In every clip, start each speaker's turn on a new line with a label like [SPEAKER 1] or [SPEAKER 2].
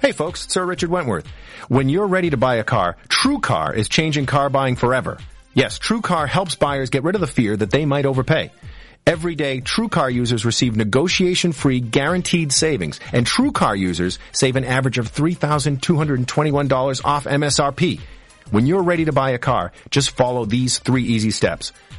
[SPEAKER 1] Hey folks, Sir Richard Wentworth. When you're ready to buy a car, TrueCar is changing car buying forever. Yes, TrueCar helps buyers get rid of the fear that they might overpay. Every day, TrueCar users receive negotiation-free guaranteed savings, and TrueCar users save an average of $3,221 off MSRP. When you're ready to buy a car, just follow these three easy steps.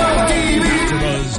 [SPEAKER 2] AfterBuzz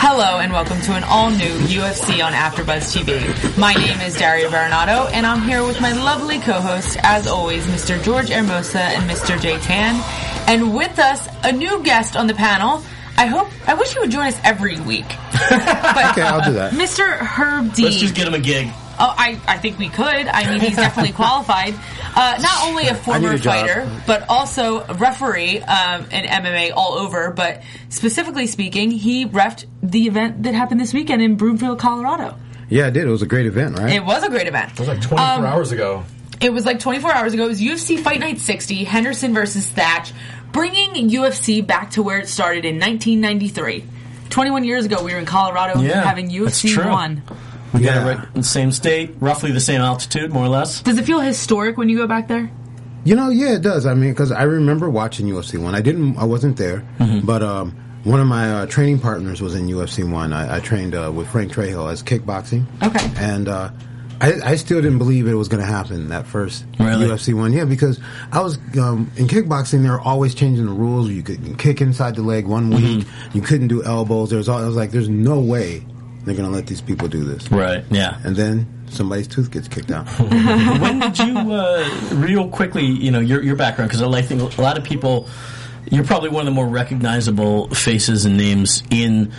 [SPEAKER 3] Hello and welcome to an all-new UFC on AfterBuzz TV. My name is Dario Baronato, and I'm here with my lovely co-hosts, as always, Mr. George Hermosa and Mr. Jay Tan. And with us, a new guest on the panel. I hope, I wish you would join us every week. But,
[SPEAKER 1] Okay, I'll do that.
[SPEAKER 3] Mr. Herb Dean.
[SPEAKER 4] Let's just get him a gig.
[SPEAKER 3] Oh, I, I think we could. I mean, he's definitely qualified. Uh, not only a former
[SPEAKER 1] a job.
[SPEAKER 3] fighter, but also a referee um, in MMA all over. But specifically speaking, he refed the event that happened this weekend in Broomfield, Colorado.
[SPEAKER 5] Yeah, I did. It was a great event, right?
[SPEAKER 3] It was a great event. It was like 24 hours ago. It was like 24 hours ago. It was UFC Fight Night 60, Henderson versus Thatch, bringing UFC back to where it started in 1993. 21 years ago, we were in Colorado
[SPEAKER 4] Yeah,
[SPEAKER 3] having
[SPEAKER 4] that's
[SPEAKER 3] UFC
[SPEAKER 4] true.
[SPEAKER 3] 1.
[SPEAKER 4] We got
[SPEAKER 5] Yeah.
[SPEAKER 4] it right in the same state, roughly the same altitude, more or less.
[SPEAKER 3] Does it feel historic when you go back there?
[SPEAKER 5] you know, yeah, it does. I mean, because I remember watching UFC one. I didn't. I wasn't there,
[SPEAKER 4] Mm-hmm.
[SPEAKER 5] but um, one of my uh, training partners was in UFC one. I, I trained uh, with Frank Trejo as kickboxing.
[SPEAKER 3] Okay.
[SPEAKER 5] and uh, I, I still didn't believe it was going to happen that first
[SPEAKER 4] Really?
[SPEAKER 5] UFC one. Yeah, because I was um, in kickboxing. They were always changing the rules. You could kick inside the leg one week.
[SPEAKER 4] Mm-hmm.
[SPEAKER 5] You couldn't do elbows. There's all. I was like, there's no way they're going to let these people do this.
[SPEAKER 4] Right. Yeah.
[SPEAKER 5] And then somebody's tooth gets kicked out.
[SPEAKER 4] when did you, uh, real quickly, you know, your, your background, because I think a lot of people, you're probably one of the more recognizable faces and names in,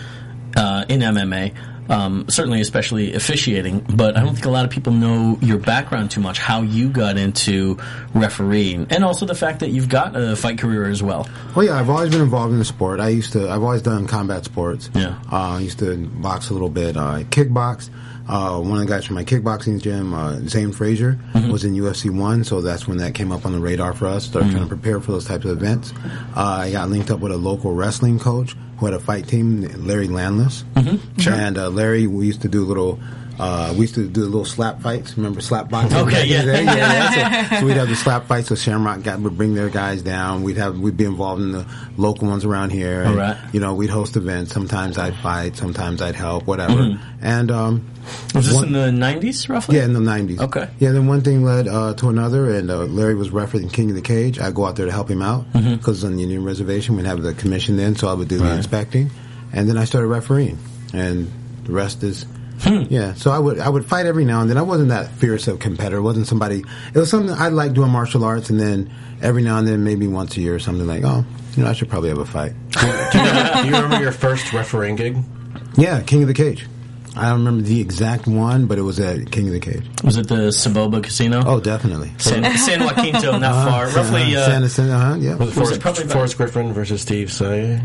[SPEAKER 4] uh, in MMA. Um, certainly, especially officiating, but I don't think a lot of people know your background too much, how you got into refereeing, and also the fact that you've got a fight career as well.
[SPEAKER 5] Well, yeah, I've always been involved in the sport. I used to, I've always done combat sports.
[SPEAKER 4] Yeah.
[SPEAKER 5] Uh, I used to box a little bit. Uh, I kickbox. Uh, one of the guys from my kickboxing gym, uh, Zane Frazier,
[SPEAKER 4] Mm-hmm.
[SPEAKER 5] was in UFC 1, so that's when that came up on the radar for us. Started
[SPEAKER 4] Mm-hmm.
[SPEAKER 5] trying to prepare for those types of events. Uh, I got linked up with a local wrestling coach who had a fight team, Larry Landless. Mm-hmm. Sure. And uh, Larry, we used to do little. Uh, we used to do little slap fights. Remember slap boxing?
[SPEAKER 4] Okay,
[SPEAKER 5] back in
[SPEAKER 4] yeah.
[SPEAKER 5] the day? yeah, that's it. So we'd have the slap fights. So Shamrock got, would bring their guys down. We'd have we'd be involved in the local ones around here. And,
[SPEAKER 4] Alright.
[SPEAKER 5] You know, we'd host events. Sometimes I'd fight. Sometimes I'd help. Whatever. And um,
[SPEAKER 4] Was this
[SPEAKER 5] one-
[SPEAKER 4] in the '90s, roughly?
[SPEAKER 5] yeah, in the nineties.
[SPEAKER 4] Okay.
[SPEAKER 5] Yeah, then one thing led uh, to another, and uh, Larry was refereeing King of the Cage. I go out there to help him out
[SPEAKER 6] Mm-hmm.
[SPEAKER 5] because on the Indian reservation we'd have the commission then, so I would do the inspecting, and then I started refereeing, and the rest is.
[SPEAKER 6] Hmm.
[SPEAKER 5] Yeah, so I would I would fight every now and then. I wasn't that fierce of competitor. wasn't somebody. It was something I liked doing martial arts, and then every now and then, maybe once a year or something like, oh, you know, I should probably have a fight.
[SPEAKER 6] Do you remember your first refereeing gig?
[SPEAKER 5] Yeah, King of the Cage. I don't remember the exact one, but it was at King of the Cage.
[SPEAKER 4] Was it the Saboba Casino?
[SPEAKER 5] Oh, definitely.
[SPEAKER 4] San, San Joaquinto, not far. Roughly,
[SPEAKER 5] uh,
[SPEAKER 4] uh,
[SPEAKER 5] Santa, Santa, huh? Yeah.
[SPEAKER 4] was
[SPEAKER 6] Forrest,
[SPEAKER 4] it probably about-
[SPEAKER 6] Forrest Griffin versus Steve Say.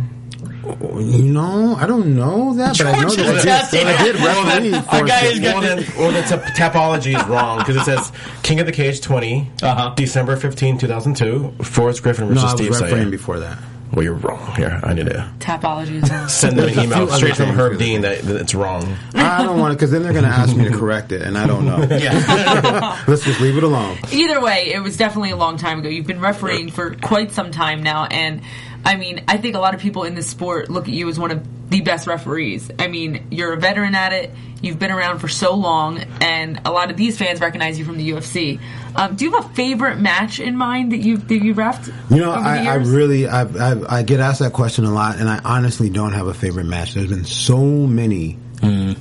[SPEAKER 5] No, I don't know that, but I know
[SPEAKER 4] George
[SPEAKER 5] that I
[SPEAKER 4] is
[SPEAKER 5] did,
[SPEAKER 4] asking
[SPEAKER 5] I did
[SPEAKER 4] that.
[SPEAKER 5] referee
[SPEAKER 4] Our
[SPEAKER 5] for
[SPEAKER 4] guy
[SPEAKER 5] a
[SPEAKER 4] is
[SPEAKER 5] second.
[SPEAKER 4] good.
[SPEAKER 6] Well, then, well, then tap- topology is wrong because it says King of the Cage 20,
[SPEAKER 4] Uh-huh.
[SPEAKER 6] December 15, 2002, Forrest Griffin
[SPEAKER 5] No,
[SPEAKER 6] versus
[SPEAKER 5] I was
[SPEAKER 6] Steve
[SPEAKER 5] refereeing
[SPEAKER 6] Say.
[SPEAKER 5] before that.
[SPEAKER 6] well, you're wrong. Here, I need to
[SPEAKER 3] Tapology is on.
[SPEAKER 6] send them an email
[SPEAKER 5] other
[SPEAKER 6] straight from
[SPEAKER 5] things
[SPEAKER 6] Herb
[SPEAKER 5] that-
[SPEAKER 6] Dean that, that it's wrong.
[SPEAKER 5] I don't want to because then they're going to ask me to correct it, and I don't know. Let's just leave it alone.
[SPEAKER 3] Either way, it was definitely a long time ago. You've been refereeing for quite some time now, and I mean, I think a lot of people in this sport look at you as one of the best referees. I mean, you're a veteran at it. You've been around for so long, and a lot of these fans recognize you from the UFC. Um, do you have a favorite match in mind that you that you ref?
[SPEAKER 5] You know, I, I really I, I I get asked that question a lot, and I honestly don't have a favorite match. There's been so many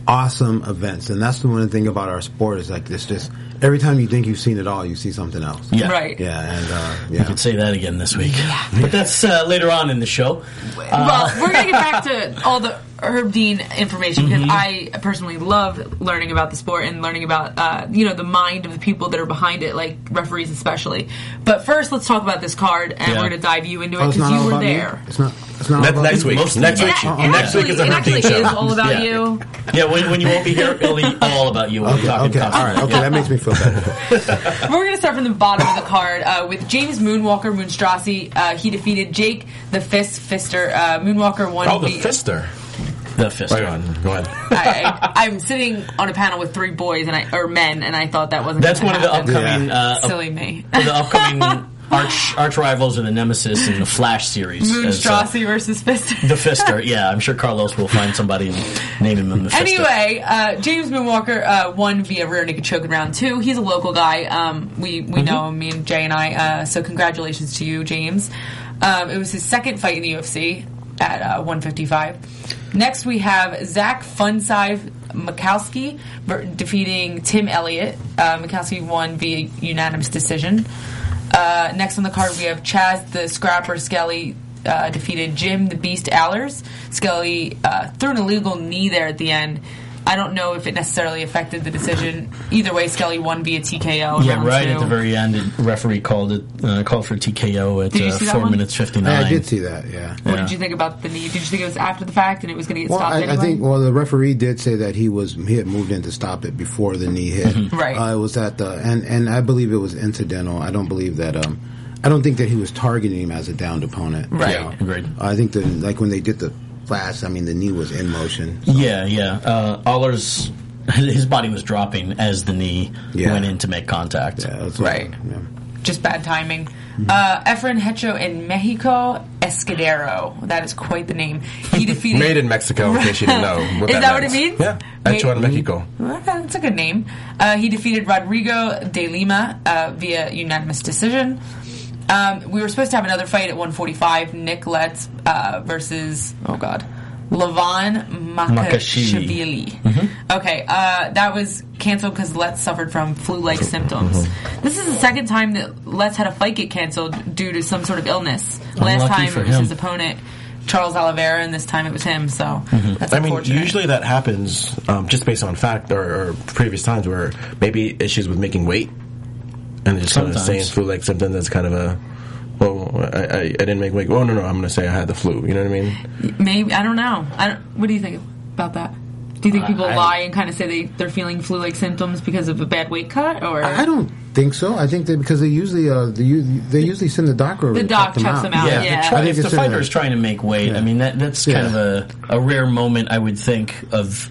[SPEAKER 5] awesome events, and that's the one thing about our sport is like it's just every time you think you've seen it all, you see something else.
[SPEAKER 4] Yeah.
[SPEAKER 3] right.
[SPEAKER 5] yeah, and uh,
[SPEAKER 4] I
[SPEAKER 5] yeah.
[SPEAKER 4] could say that again this week. But that's uh, later on in the show.
[SPEAKER 6] Uh,
[SPEAKER 3] well, we're gonna get back to all the Herb Dean information because
[SPEAKER 6] Mm-hmm.
[SPEAKER 3] I personally love learning about the sport and learning about uh, you know the mind of the people that are behind it, like referees especially. But first, let's talk about this card, and
[SPEAKER 4] Yeah.
[SPEAKER 3] we're gonna dive you into
[SPEAKER 5] Oh,
[SPEAKER 3] it
[SPEAKER 5] it's
[SPEAKER 3] because
[SPEAKER 5] not
[SPEAKER 3] you
[SPEAKER 5] all
[SPEAKER 3] were
[SPEAKER 5] about me?
[SPEAKER 3] there.
[SPEAKER 5] It's not. It's not all
[SPEAKER 6] That,
[SPEAKER 5] about
[SPEAKER 6] next
[SPEAKER 5] me?
[SPEAKER 6] week,
[SPEAKER 4] Mostly.
[SPEAKER 6] next
[SPEAKER 3] It
[SPEAKER 6] week,
[SPEAKER 3] ac- it
[SPEAKER 6] next week
[SPEAKER 3] actually-
[SPEAKER 6] is a
[SPEAKER 3] it
[SPEAKER 6] Herb Dean
[SPEAKER 3] actually
[SPEAKER 6] show.
[SPEAKER 3] is all about
[SPEAKER 6] Yeah.
[SPEAKER 3] you.
[SPEAKER 4] Yeah, when, when you won't be here, it'll be all about you. We'll be talking
[SPEAKER 5] Okay, all
[SPEAKER 4] tough.
[SPEAKER 5] right. Okay,
[SPEAKER 4] Yeah.
[SPEAKER 5] that makes me feel better.
[SPEAKER 3] We're going to start from the bottom of the card uh, with James Moonwalker Moonstrassi. Uh, he defeated Jake the Fist Fister. Uh, Moonwalker won.
[SPEAKER 6] Oh, the
[SPEAKER 3] via-
[SPEAKER 6] Fister.
[SPEAKER 4] The fist.
[SPEAKER 6] Right
[SPEAKER 4] round.
[SPEAKER 6] on. Go ahead.
[SPEAKER 3] I, I, am sitting on a panel with three boys and I or men, and I thought that wasn't.
[SPEAKER 4] That's
[SPEAKER 3] gonna
[SPEAKER 4] one of the
[SPEAKER 3] happen.
[SPEAKER 4] upcoming
[SPEAKER 5] Yeah.
[SPEAKER 4] uh,
[SPEAKER 3] Silly me.
[SPEAKER 4] the upcoming arch arch rivals are the Nemesis and the Flash series. as, uh,
[SPEAKER 3] Moonstrassi versus Fister.
[SPEAKER 4] the Fister, yeah, I'm sure Carlos will find somebody and name him the Fister.
[SPEAKER 3] Anyway, uh, James Moonwalker uh, won via rear naked choke in round two. He's a local guy. Um, we we know him, me and Jay and I. Uh, so congratulations to you, James. Um, it was his second fight in the UFC at uh, 155. Next we have Zach Funsive Mikowski ver- defeating Tim Elliott. Uh, Mikowski won via unanimous decision. Uh, next on the card, we have Chaz the Scrapper Skelly uh, defeated Jim the Beast Allers. Skelly uh, threw an illegal knee there at the end. I don't know if it necessarily affected the decision. Either way, Skelly won via TKO. in
[SPEAKER 4] yeah,
[SPEAKER 3] round
[SPEAKER 4] right
[SPEAKER 3] two.
[SPEAKER 4] at the very end, the referee called it uh, called for TKO at
[SPEAKER 3] Did you
[SPEAKER 4] uh,
[SPEAKER 3] see that
[SPEAKER 4] four
[SPEAKER 3] one?
[SPEAKER 4] minutes fifty nine.
[SPEAKER 5] I did see that. Yeah.
[SPEAKER 3] What did you think about the knee? Did you think it was after the fact and it was going to get
[SPEAKER 5] Well,
[SPEAKER 3] stopped?
[SPEAKER 5] I, I
[SPEAKER 3] anyway?
[SPEAKER 5] think well the referee did say that he was he had moved in to stop it before the knee hit.
[SPEAKER 3] Right.
[SPEAKER 5] Uh, it was at the and and I believe it was incidental. I don't believe that. Um, I don't think that he was targeting him as a downed opponent.
[SPEAKER 3] Right.
[SPEAKER 5] Yeah.
[SPEAKER 4] Agreed.
[SPEAKER 5] I think the like when they did the flash, I mean the knee was in motion.
[SPEAKER 4] Yeah, yeah. Uh, Allers, his body was dropping as the knee
[SPEAKER 5] Yeah.
[SPEAKER 4] went in to make contact.
[SPEAKER 5] Yeah, that's-
[SPEAKER 3] Right.
[SPEAKER 5] yeah.
[SPEAKER 3] just bad timing. Uh, Efren Hecho in Mexico Escudero. That is quite the name. He defeated
[SPEAKER 6] Made in Mexico, in case you didn't know. What
[SPEAKER 3] Is that what it means?
[SPEAKER 6] means. Yeah.
[SPEAKER 3] Made-
[SPEAKER 6] Hecho in Mexico.
[SPEAKER 3] Well, that's a good name. Uh, he defeated Rodrigo de Lima uh, via unanimous decision. Um, we were supposed to have another fight at 145. Nick Letts uh, versus oh god, Levon Makashvili.
[SPEAKER 4] Makashvili. Mm-hmm.
[SPEAKER 3] Okay, uh, that was canceled because Letts suffered from flu-like symptoms.
[SPEAKER 4] Mm-hmm.
[SPEAKER 3] This is the second time that Letts had a fight get canceled due to some sort of illness. Last
[SPEAKER 4] Unlucky
[SPEAKER 3] time
[SPEAKER 4] for
[SPEAKER 3] it was
[SPEAKER 4] him.
[SPEAKER 3] his opponent. Charles Oliveira, and this time it was him. So
[SPEAKER 4] Mm-hmm.
[SPEAKER 3] that's
[SPEAKER 6] I mean,
[SPEAKER 3] unfortunate.
[SPEAKER 6] usually that happens um, just based on fact or, or previous times where maybe issues with making weight and just kind of
[SPEAKER 4] Sometimes.
[SPEAKER 6] saying flu like something that's kind of a well, I, I, I didn't make weight. Oh no, no, I'm going to say I had the flu. You know what I mean?
[SPEAKER 3] Maybe I don't know. I don't, what do you think about that? Do you think people
[SPEAKER 4] I-
[SPEAKER 3] lie and kind of say they they're feeling flu-like symptoms because of a bad weight cut, or
[SPEAKER 5] I don't think so. I think that because they usually uh they, u- they usually send the doctor over
[SPEAKER 3] The
[SPEAKER 5] to
[SPEAKER 3] doc
[SPEAKER 5] check them
[SPEAKER 3] checks them out, Yeah.
[SPEAKER 4] if,
[SPEAKER 3] I
[SPEAKER 4] the, tri-
[SPEAKER 5] think
[SPEAKER 4] if the
[SPEAKER 5] it's in
[SPEAKER 4] fighter
[SPEAKER 5] a-
[SPEAKER 4] is trying to make weight, I mean that that's kind
[SPEAKER 5] Yeah.
[SPEAKER 4] of a, a rare moment, I would think of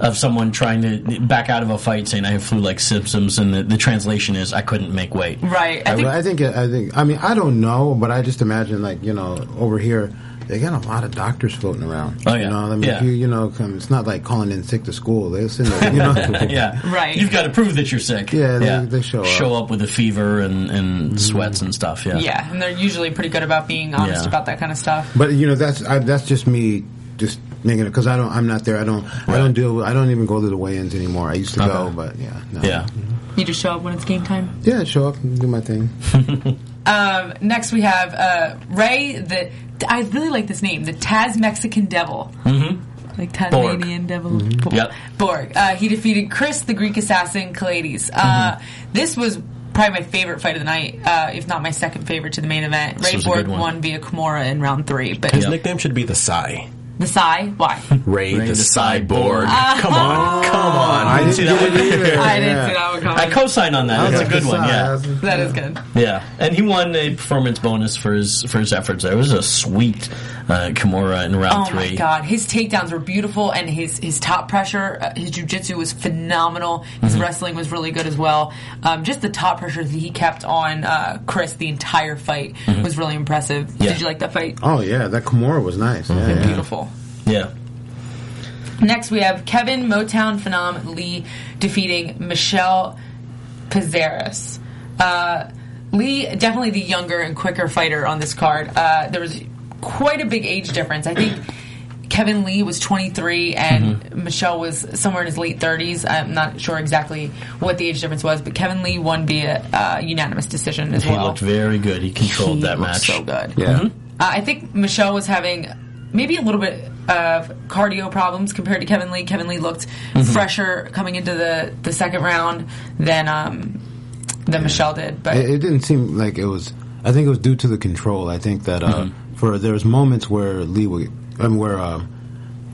[SPEAKER 4] of someone trying to back out of a fight saying I have flu-like symptoms, and the, the translation is I couldn't make weight.
[SPEAKER 3] right? I
[SPEAKER 5] I,
[SPEAKER 3] think
[SPEAKER 5] I think I think I mean I don't know, but I just imagine like you know over here they got a lot of doctors floating around.
[SPEAKER 4] Oh, yeah.
[SPEAKER 5] you know I mean if
[SPEAKER 4] Yeah.
[SPEAKER 5] you you know come, it's not like calling in sick to school. They send the, you know
[SPEAKER 4] Yeah,
[SPEAKER 3] Right.
[SPEAKER 4] You've got to prove that you're sick.
[SPEAKER 5] Yeah, they- they show up. Mm-hmm.
[SPEAKER 4] show up with a fever and, and sweats and stuff. Yeah,
[SPEAKER 3] yeah, and they're usually pretty good about being honest
[SPEAKER 4] Yeah.
[SPEAKER 3] about that kind of stuff.
[SPEAKER 5] But you know that's I, that's just me just making it because I don't I'm not there I don't I don't deal I don't even go to the weigh-ins anymore. I used to go,
[SPEAKER 4] Okay.
[SPEAKER 5] but yeah no.
[SPEAKER 4] yeah.
[SPEAKER 3] You just show up when it's game time.
[SPEAKER 5] yeah show up and do my thing.
[SPEAKER 3] Um, next, we have uh, Ray. The I really like this name, the Taz Mexican Devil. Mm-hmm. Like Tasmanian Devil. Bo-
[SPEAKER 4] Mm-hmm. Yep.
[SPEAKER 3] Borg. Uh, he defeated Chris, the Greek assassin, Kalades. Uh,
[SPEAKER 4] Mm-hmm.
[SPEAKER 3] This was probably my favorite fight of the night, uh, if not my second favorite to the main event. Ray
[SPEAKER 4] was a good
[SPEAKER 3] Borg
[SPEAKER 4] one.
[SPEAKER 3] won via Kimura in round three, but
[SPEAKER 6] His nickname should be the Psy.
[SPEAKER 3] the Psy, why?
[SPEAKER 6] Ray,
[SPEAKER 4] the
[SPEAKER 6] the
[SPEAKER 4] Cyborg.
[SPEAKER 6] Cyborg. come on, come on.
[SPEAKER 5] I didn't see that
[SPEAKER 3] I didn't see that one Colin Cowan.
[SPEAKER 4] I co-sign on that. That's a good one. Yeah,
[SPEAKER 3] that is good.
[SPEAKER 4] yeah. And he won a performance bonus for his for his efforts. There It was a sweet uh, Kimura in round
[SPEAKER 3] Oh
[SPEAKER 4] three.
[SPEAKER 3] my god, his takedowns were beautiful, and his his top pressure, uh, his jujitsu was phenomenal. His
[SPEAKER 4] Mm-hmm.
[SPEAKER 3] wrestling was really good as well. Um, just the top pressure that he kept on uh, Chris the entire fight was really impressive.
[SPEAKER 4] Mm-hmm. Yeah.
[SPEAKER 3] Did you like that fight?
[SPEAKER 5] Oh yeah, that Kimura was nice. Yeah, yeah.
[SPEAKER 3] Mm-hmm. Beautiful.
[SPEAKER 4] Yeah.
[SPEAKER 3] Next, we have Kevin Motown Phenom Lee defeating Michelle Pizarras. Uh, Lee, definitely the younger and quicker fighter on this card. Uh, there was quite a big age difference. I think Kevin Lee was 23 and
[SPEAKER 4] Mm-hmm.
[SPEAKER 3] Michelle was somewhere in his late 30s. I'm not sure exactly what the age difference was, but Kevin Lee won via uh, unanimous decision as
[SPEAKER 4] He
[SPEAKER 3] well.
[SPEAKER 4] looked very good. He controlled
[SPEAKER 3] He
[SPEAKER 4] that
[SPEAKER 3] looked
[SPEAKER 4] match. Mm-hmm.
[SPEAKER 3] so good.
[SPEAKER 1] Yeah.
[SPEAKER 5] Mm-hmm.
[SPEAKER 3] Uh, I think Michelle was having maybe a little bit of cardio problems compared to Kevin Lee. Kevin Lee looked
[SPEAKER 4] Mm-hmm.
[SPEAKER 3] fresher coming into the, the second round than um, than Michelle did. But
[SPEAKER 5] It, it didn't seem like it was. I think it was due to the control. I think that uh,
[SPEAKER 3] Mm-hmm.
[SPEAKER 5] for there was moments where Lee would, um, where um,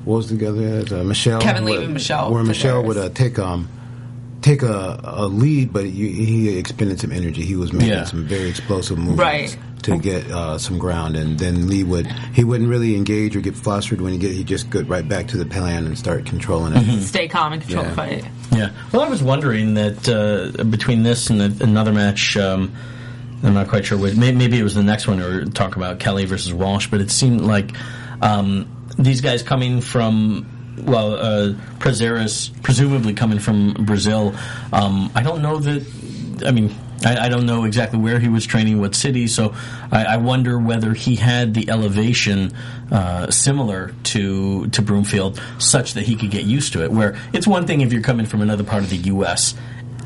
[SPEAKER 5] what was the other guy? Uh, Michelle,
[SPEAKER 3] Kevin Lee
[SPEAKER 5] where,
[SPEAKER 3] and Michelle
[SPEAKER 5] where Michelle
[SPEAKER 3] Figueres.
[SPEAKER 5] would uh, take um take a, a lead, but you, he expended some energy. He was making
[SPEAKER 4] Yeah.
[SPEAKER 5] some very explosive movements.
[SPEAKER 3] Right.
[SPEAKER 5] To get uh, some ground, and then Lee would he wouldn't really engage or get flustered when he get he just go right back to the plan and start controlling it.
[SPEAKER 3] stay calm and control the
[SPEAKER 5] Yeah.
[SPEAKER 3] fight.
[SPEAKER 4] Yeah. Well, I was wondering that uh, between this and a, another match, um, I'm not quite sure which. May, maybe it was the next one or talk about Kelly versus Walsh, but it seemed like um, these guys coming from. Well, uh, Prezeris, presumably coming from Brazil. Um, I don't know that. I mean, I, I don't know exactly where he was training, what city. So I, I wonder whether he had the elevation uh, similar to to Broomfield, such that he could get used to it. Where it's one thing if you're coming from another part of the U.S.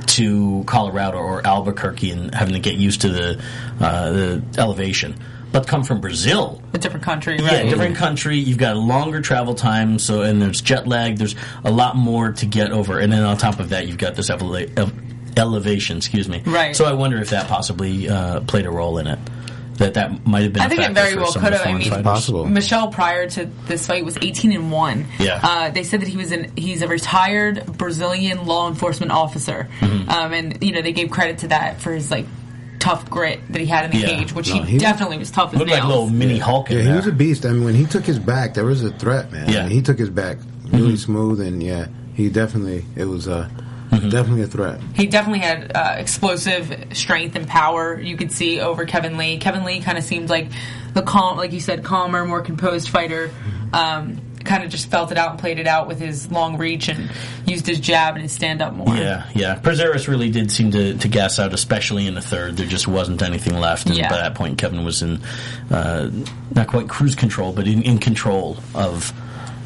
[SPEAKER 4] to Colorado or Albuquerque and having to get used to the uh, the elevation, but come from Brazil.
[SPEAKER 3] A different country,
[SPEAKER 4] Yeah,
[SPEAKER 3] right?
[SPEAKER 4] different country. You've got a longer travel time, so and there's jet lag. There's a lot more to get over, and then on top of that, you've got this eleva- ev- elevation. Excuse me.
[SPEAKER 3] Right.
[SPEAKER 4] So I wonder if that possibly uh, played a role in it. That that might have been.
[SPEAKER 3] I
[SPEAKER 4] a
[SPEAKER 3] think it
[SPEAKER 4] factor
[SPEAKER 3] very
[SPEAKER 4] for
[SPEAKER 3] well
[SPEAKER 4] some of the
[SPEAKER 3] could have. I
[SPEAKER 4] foreign
[SPEAKER 3] mean, it's
[SPEAKER 4] fighters.
[SPEAKER 5] possible.
[SPEAKER 3] Michelle prior to this fight was 18 and 1.
[SPEAKER 4] Yeah.
[SPEAKER 3] Uh, they said that he was an he's a retired Brazilian law enforcement officer.
[SPEAKER 4] Mm-hmm.
[SPEAKER 3] Um, and you know, they gave credit to that for his like tough grit that he had in the
[SPEAKER 4] Yeah.
[SPEAKER 3] cage, which
[SPEAKER 5] No,
[SPEAKER 3] he,
[SPEAKER 5] he-
[SPEAKER 3] definitely was tough as
[SPEAKER 4] Looked like
[SPEAKER 3] nails.
[SPEAKER 4] a little mini Hulk. In
[SPEAKER 5] Yeah,
[SPEAKER 4] there.
[SPEAKER 5] he was a beast. I mean, when he took his back, there was a threat, man.
[SPEAKER 4] uh, Yeah.
[SPEAKER 5] I mean, he took his back really smooth, and yeah, he definitely it was uh, definitely a threat.
[SPEAKER 3] he definitely had uh, explosive strength and power you could see over Kevin Lee. Kevin Lee kind of seemed like the calm, like you said, calmer, more composed fighter. Um, kind of just felt it out and played it out with his long reach and used his jab and his stand up more.
[SPEAKER 4] Yeah, yeah. Prezeris really did seem to, to gas out, especially in the third. There just wasn't anything left. And
[SPEAKER 3] Yeah.
[SPEAKER 4] by that point, Kevin was in uh, not quite cruise control, but in, in control of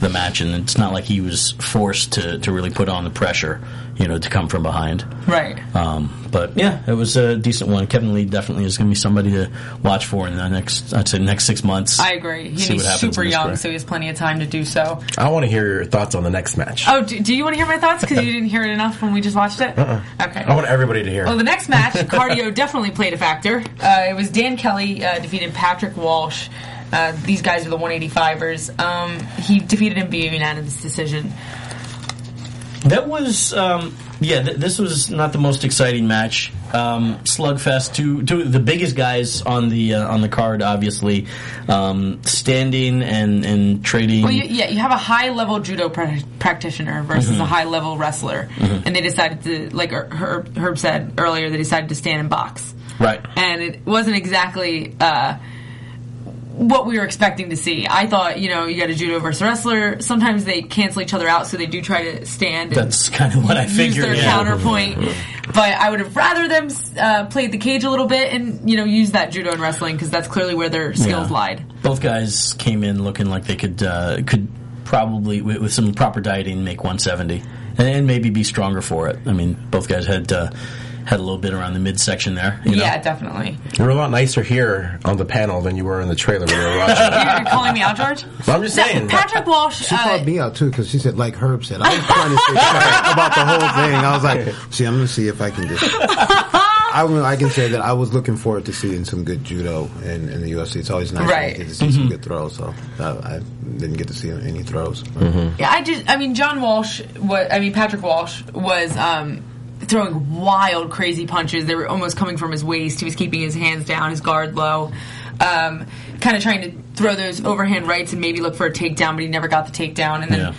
[SPEAKER 4] the match. And it's not like he was forced to, to really put on the pressure, you know, to come from behind.
[SPEAKER 3] Right.
[SPEAKER 4] Um, but yeah, it was a decent one. Kevin Lee definitely is going to be somebody to watch for in the next, I'd say, next six months.
[SPEAKER 3] I agree. He,
[SPEAKER 4] See what
[SPEAKER 3] he's
[SPEAKER 4] happens in
[SPEAKER 3] super
[SPEAKER 4] this Uh-huh.
[SPEAKER 3] young,
[SPEAKER 4] career.
[SPEAKER 3] so he has plenty of time to do so.
[SPEAKER 6] I want to hear your thoughts on the next match.
[SPEAKER 3] Oh, do, do you want to hear my thoughts? Because you didn't hear it enough when we just watched it?
[SPEAKER 4] Uh-uh.
[SPEAKER 3] Okay.
[SPEAKER 4] Oh,
[SPEAKER 6] I want everybody to hear.
[SPEAKER 3] Well, the next match, cardio definitely played a factor. Uh, it was Dan Kelly uh, defeated Patrick Walsh. Uh, these guys are the 185ers. Um, he defeated him via unanimous decision.
[SPEAKER 4] That was um, yeah. Th- this was not the most exciting match. Um, slugfest. Two, two of the biggest guys on the uh, on the card, obviously, um, standing and and trading.
[SPEAKER 3] Well, you, yeah, you have a high level judo pra- practitioner versus a high level wrestler, and they decided to, like Er- Herb, Herb said earlier, they decided to stand and box.
[SPEAKER 4] Right.
[SPEAKER 3] and it wasn't exactly uh, what we were expecting to see. I thought, you know, you got a judo versus wrestler. Sometimes they cancel each other out, so they do try to stand. and
[SPEAKER 4] That's kind of what I
[SPEAKER 3] use
[SPEAKER 4] figured.
[SPEAKER 3] their
[SPEAKER 4] yeah.
[SPEAKER 3] counterpoint. But I would have rather them uh, played the cage a little bit and you know use that judo and wrestling because that's clearly where their skills
[SPEAKER 4] Yeah.
[SPEAKER 3] lied.
[SPEAKER 4] Both guys came in looking like they could uh, could probably with, with some proper dieting make 170 and, and maybe be stronger for it. I mean, both guys had uh, had a little bit around the midsection there. You know?
[SPEAKER 3] Yeah, definitely.
[SPEAKER 6] you were a lot nicer here on the panel than you were in the trailer when we were watching. it.
[SPEAKER 3] You're calling me out, George.
[SPEAKER 6] But I'm just
[SPEAKER 3] No,
[SPEAKER 6] saying.
[SPEAKER 3] Patrick Walsh.
[SPEAKER 5] She
[SPEAKER 3] uh,
[SPEAKER 5] called me out too because she said, like Herb said, I was trying to say sorry about the whole thing. I was like, see, I'm gonna see if I can just. I, will- I can say that I was looking forward to seeing some good judo in, in the UFC. It's always nice
[SPEAKER 3] Right.
[SPEAKER 5] when you get to see some good throws. So uh, I didn't get to see any throws.
[SPEAKER 3] Yeah, I just, I mean, John Walsh was, I mean, Patrick Walsh was, um, throwing wild, crazy punches. They were almost coming from his waist. He was keeping his hands down, his guard low, um, kind of trying to throw those overhand rights and maybe look for a takedown, but he never got the takedown. And then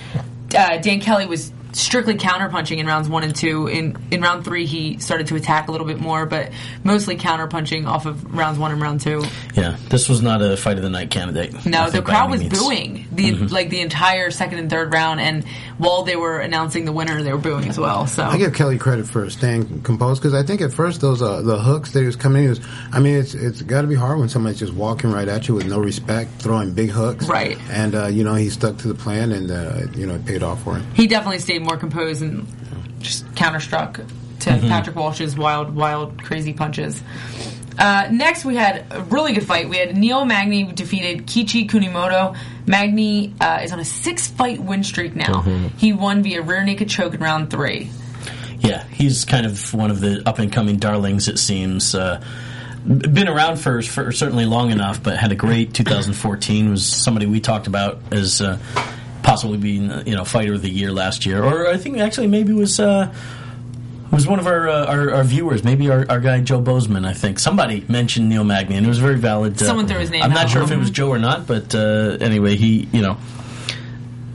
[SPEAKER 3] uh, Dan Kelly was strictly counterpunching in rounds one and two. In in round three, he started to attack a little bit more, but mostly counterpunching off of rounds one and round two.
[SPEAKER 4] Yeah, this was not a fight of the night candidate. I
[SPEAKER 3] No, the
[SPEAKER 4] think, by
[SPEAKER 3] crowd
[SPEAKER 4] any
[SPEAKER 3] was
[SPEAKER 4] means.
[SPEAKER 3] booing the like the entire second and third round, and while they were announcing the winner, they were booing as well. So
[SPEAKER 5] I give Kelly credit for staying composed because I think at first those uh, the hooks that he was coming in was I mean it's it's got to be hard when somebody's just walking right at you with no respect throwing big hooks
[SPEAKER 3] Right.
[SPEAKER 5] and uh, you know he stuck to the plan and uh, you know it paid off for him
[SPEAKER 3] he definitely stayed more composed and just counterstruck to Patrick Walsh's wild, wild, crazy punches. Uh, next, we had a really good fight. We had Neil Magny defeated Kichi Kunimoto. Magny uh, is on a six-fight win streak now. He won via rear naked choke in round three.
[SPEAKER 4] Yeah, he's kind of one of the up and coming darlings. It seems uh, been around for, for certainly long enough, but had a great 2014. Was somebody we talked about as uh, possibly being uh, you know fighter of the year last year, or I think actually maybe was. Uh, was one of our, uh, our our viewers, maybe our, our guy Joe Bozeman, I think. Somebody mentioned Neil Magny, and it was very valid. Uh,
[SPEAKER 3] Someone threw his name
[SPEAKER 4] I'm not
[SPEAKER 3] out.
[SPEAKER 4] sure if it was Joe or not, but uh, anyway, he you know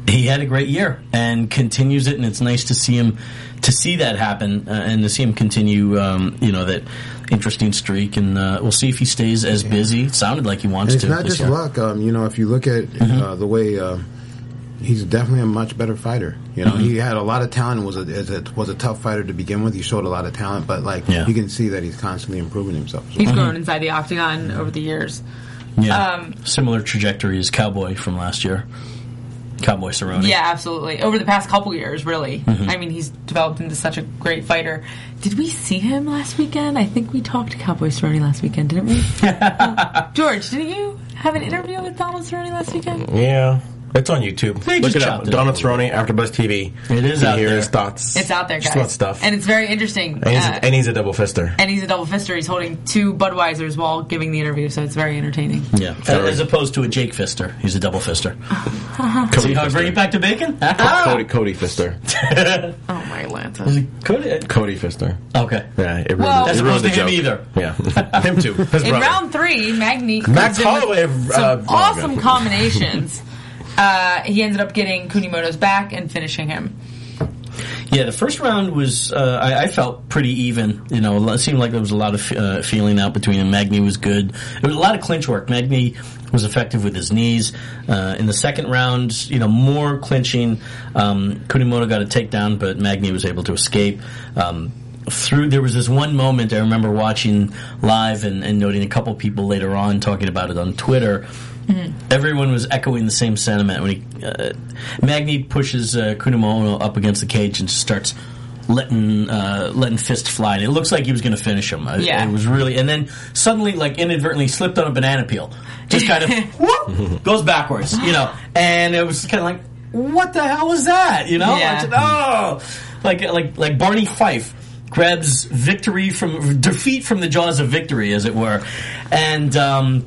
[SPEAKER 4] he had a great year and continues it, and it's nice to see him to see that happen uh, and to see him continue. Um, you know that interesting streak, and uh, we'll see if he stays as busy. It sounded like he wants
[SPEAKER 5] and it's
[SPEAKER 4] to.
[SPEAKER 5] not
[SPEAKER 4] this
[SPEAKER 5] just
[SPEAKER 4] year.
[SPEAKER 5] luck um, you know if you look at
[SPEAKER 4] Mm-hmm.
[SPEAKER 5] uh, the way. Uh, He's definitely a much better fighter. You know,
[SPEAKER 4] Mm-hmm.
[SPEAKER 5] he had a lot of talent. and was a, is a was a tough fighter to begin with. He showed a lot of talent, but like
[SPEAKER 4] Yeah.
[SPEAKER 5] you can see that he's constantly improving himself. as well.
[SPEAKER 3] He's grown inside the octagon over the years.
[SPEAKER 4] Yeah,
[SPEAKER 3] Um,
[SPEAKER 4] similar trajectory as Cowboy from last year. Cowboy Cerrone.
[SPEAKER 3] Yeah, absolutely. Over the past couple years, really.
[SPEAKER 6] Mm-hmm.
[SPEAKER 3] I mean, he's developed into such a great fighter. Did we see him last weekend? I think we talked to Cowboy Cerrone last weekend, didn't we? Uh, George, didn't you have an interview with Donald Cerrone last weekend?
[SPEAKER 6] Yeah. It's on YouTube.
[SPEAKER 4] They
[SPEAKER 6] Look
[SPEAKER 4] just
[SPEAKER 6] it up.
[SPEAKER 4] chopped it
[SPEAKER 6] Donald
[SPEAKER 4] up.
[SPEAKER 6] Cerrone, AfterBuzz TV.
[SPEAKER 4] It is
[SPEAKER 6] You
[SPEAKER 4] out
[SPEAKER 6] hear
[SPEAKER 4] there.
[SPEAKER 6] his thoughts.
[SPEAKER 3] It's out there,
[SPEAKER 6] Just
[SPEAKER 3] guys.
[SPEAKER 6] not stuff.
[SPEAKER 3] And it's very interesting.
[SPEAKER 6] And he's,
[SPEAKER 3] uh,
[SPEAKER 6] and he's a double fister.
[SPEAKER 3] and he's a double fister. He's holding two Budweisers while giving the interview, so it's very entertaining.
[SPEAKER 4] Yeah, Uh, as opposed to a Jake Fister, he's a double fister.
[SPEAKER 6] Cody
[SPEAKER 4] See how I bring
[SPEAKER 6] Fister.
[SPEAKER 4] it back to bacon?
[SPEAKER 5] Um,
[SPEAKER 6] Cody, Cody Fister.
[SPEAKER 3] Oh my Lanta!
[SPEAKER 4] Cody.
[SPEAKER 6] Cody Fister.
[SPEAKER 4] Okay.
[SPEAKER 6] Yeah, it ruined,
[SPEAKER 3] Well-
[SPEAKER 6] it
[SPEAKER 3] That's
[SPEAKER 6] ruined
[SPEAKER 4] supposed
[SPEAKER 6] the
[SPEAKER 4] to him
[SPEAKER 6] joke.
[SPEAKER 4] either.
[SPEAKER 6] Yeah. him too. His
[SPEAKER 3] In
[SPEAKER 6] brother.
[SPEAKER 3] round three, Magni
[SPEAKER 6] Max
[SPEAKER 3] comes in with
[SPEAKER 6] Holloway,
[SPEAKER 3] some
[SPEAKER 6] uh, oh,
[SPEAKER 3] awesome
[SPEAKER 6] God.
[SPEAKER 3] combinations. uh, he ended up getting Kunimoto's back and finishing him.
[SPEAKER 4] Yeah, the first round was uh, I, I felt pretty even. You know, it seemed like there was a lot of uh, feeling out between them. Magny was good. It was a lot of clinch work. Magny was effective with his knees. Uh, in the second round, you know, more clinching. Um, Kunimoto got a takedown, but Magny was able to escape. Um, through there was this one moment I remember watching live and, and noting a couple people later on talking about it on Twitter everyone was echoing the same sentiment when he uh, Magni pushes uh, Kunimoto up against the cage and just starts letting uh, letting fist fly and it looks like he was going to finish him. It-
[SPEAKER 3] Yeah.
[SPEAKER 4] It was really and then suddenly like inadvertently slipped on a banana peel. Just kind of whoop goes backwards, you know. And it was kind of like what the hell was that, you know?
[SPEAKER 3] Yeah.
[SPEAKER 4] It's- oh, like like like Barney Fife grabs victory from defeat from the jaws of victory, as it were, and um,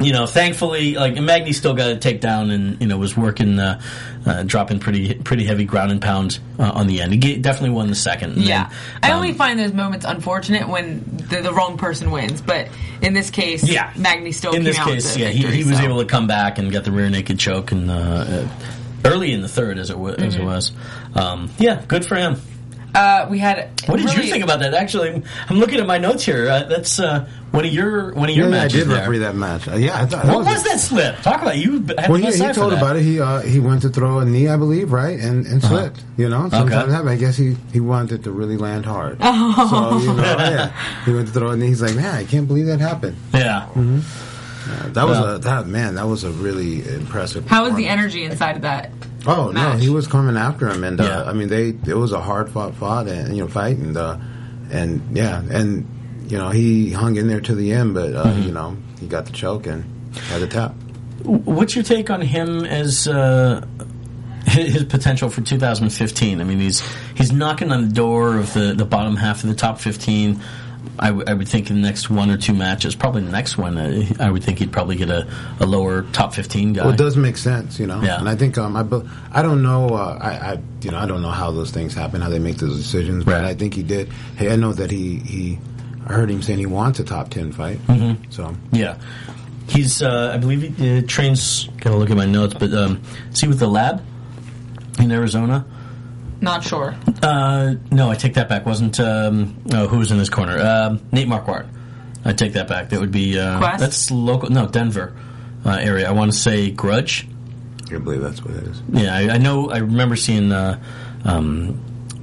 [SPEAKER 4] you know, thankfully, like Magny still got a takedown and you know was working, uh, uh, dropping pretty pretty heavy ground and pound uh, on the end. He ge- definitely won the second. and
[SPEAKER 3] Yeah,
[SPEAKER 4] then,
[SPEAKER 3] I
[SPEAKER 4] um,
[SPEAKER 3] only find those moments unfortunate when the, the wrong person wins. But in this case,
[SPEAKER 4] Yeah.
[SPEAKER 3] Magni still
[SPEAKER 4] in
[SPEAKER 3] came
[SPEAKER 4] this
[SPEAKER 3] out
[SPEAKER 4] case,
[SPEAKER 3] with the
[SPEAKER 4] yeah,
[SPEAKER 3] victory,
[SPEAKER 4] he, he was
[SPEAKER 3] so.
[SPEAKER 4] able to come back and get the rear naked choke and uh, uh, early in the third, as it was, as
[SPEAKER 3] Mm-hmm.
[SPEAKER 4] it was. Um, yeah, good for him.
[SPEAKER 3] Uh, we had.
[SPEAKER 4] What did
[SPEAKER 3] really-
[SPEAKER 4] you think about that? Actually, I'm- I'm looking at my notes here. Uh, that's uh, one of your one of your
[SPEAKER 5] Yeah, yeah, I
[SPEAKER 4] matches.
[SPEAKER 5] did
[SPEAKER 4] there.
[SPEAKER 5] referee that match. Uh, yeah, I thought
[SPEAKER 4] What was that slip? Talk about it. you. Had
[SPEAKER 5] Well,
[SPEAKER 4] the
[SPEAKER 5] he,
[SPEAKER 4] best
[SPEAKER 5] he
[SPEAKER 4] eye for
[SPEAKER 5] told
[SPEAKER 4] that.
[SPEAKER 5] about it. He uh, he went to throw a knee, I believe, right, and and
[SPEAKER 3] Uh-huh.
[SPEAKER 5] slipped. You know, sometimes
[SPEAKER 4] Okay.
[SPEAKER 5] happen. I guess he he wanted to really land hard. So
[SPEAKER 3] Oh.
[SPEAKER 5] you know, yeah, he went to throw a knee. He's like, man, I can't believe that happened.
[SPEAKER 4] Yeah.
[SPEAKER 5] Uh, That was
[SPEAKER 4] Yeah.
[SPEAKER 5] a that man. That was a really impressive.
[SPEAKER 3] How was the
[SPEAKER 5] performance.
[SPEAKER 3] energy inside of that?
[SPEAKER 5] Oh
[SPEAKER 3] match?
[SPEAKER 5] no, he was coming after him, and uh,
[SPEAKER 4] Yeah.
[SPEAKER 5] I mean, they it was a hard fought fought and you know fight, and uh, and yeah, and you know he hung in there to the end, but uh,
[SPEAKER 3] Mm-hmm.
[SPEAKER 5] you know he got the choke and had the tap.
[SPEAKER 4] What's your take on him as uh, his, his potential for 2015? I mean, he's he's knocking on the door of the, the bottom half of the top 15. I, w- I would think in the next one or two matches, probably the next one, uh, I would think he'd probably get a, a lower top 15 guy.
[SPEAKER 5] Well, it does make sense, you know.
[SPEAKER 4] Yeah.
[SPEAKER 5] And I think um, I, bel- I don't know. Uh, I, I, you know, I don't know how those things happen, how they make those decisions. But
[SPEAKER 4] Right.
[SPEAKER 5] I think he did. Hey, I know that he, he. I heard him saying he wants a top ten fight. Mm-hmm. So
[SPEAKER 4] Yeah. He's, uh, I believe he uh, trains, gotta look at my notes, but um, see with the lab in Arizona?
[SPEAKER 3] Not sure.
[SPEAKER 4] Uh, no, I take that back. Wasn't, um, oh, who was in his corner? Um, Nate Marquardt. I take that back. That would be, uh,
[SPEAKER 3] Quest?
[SPEAKER 4] that's local, no, Denver uh, area. I want to say Grudge.
[SPEAKER 5] I can't believe that's what it is.
[SPEAKER 4] Yeah, I, I know. I remember seeing uh, um,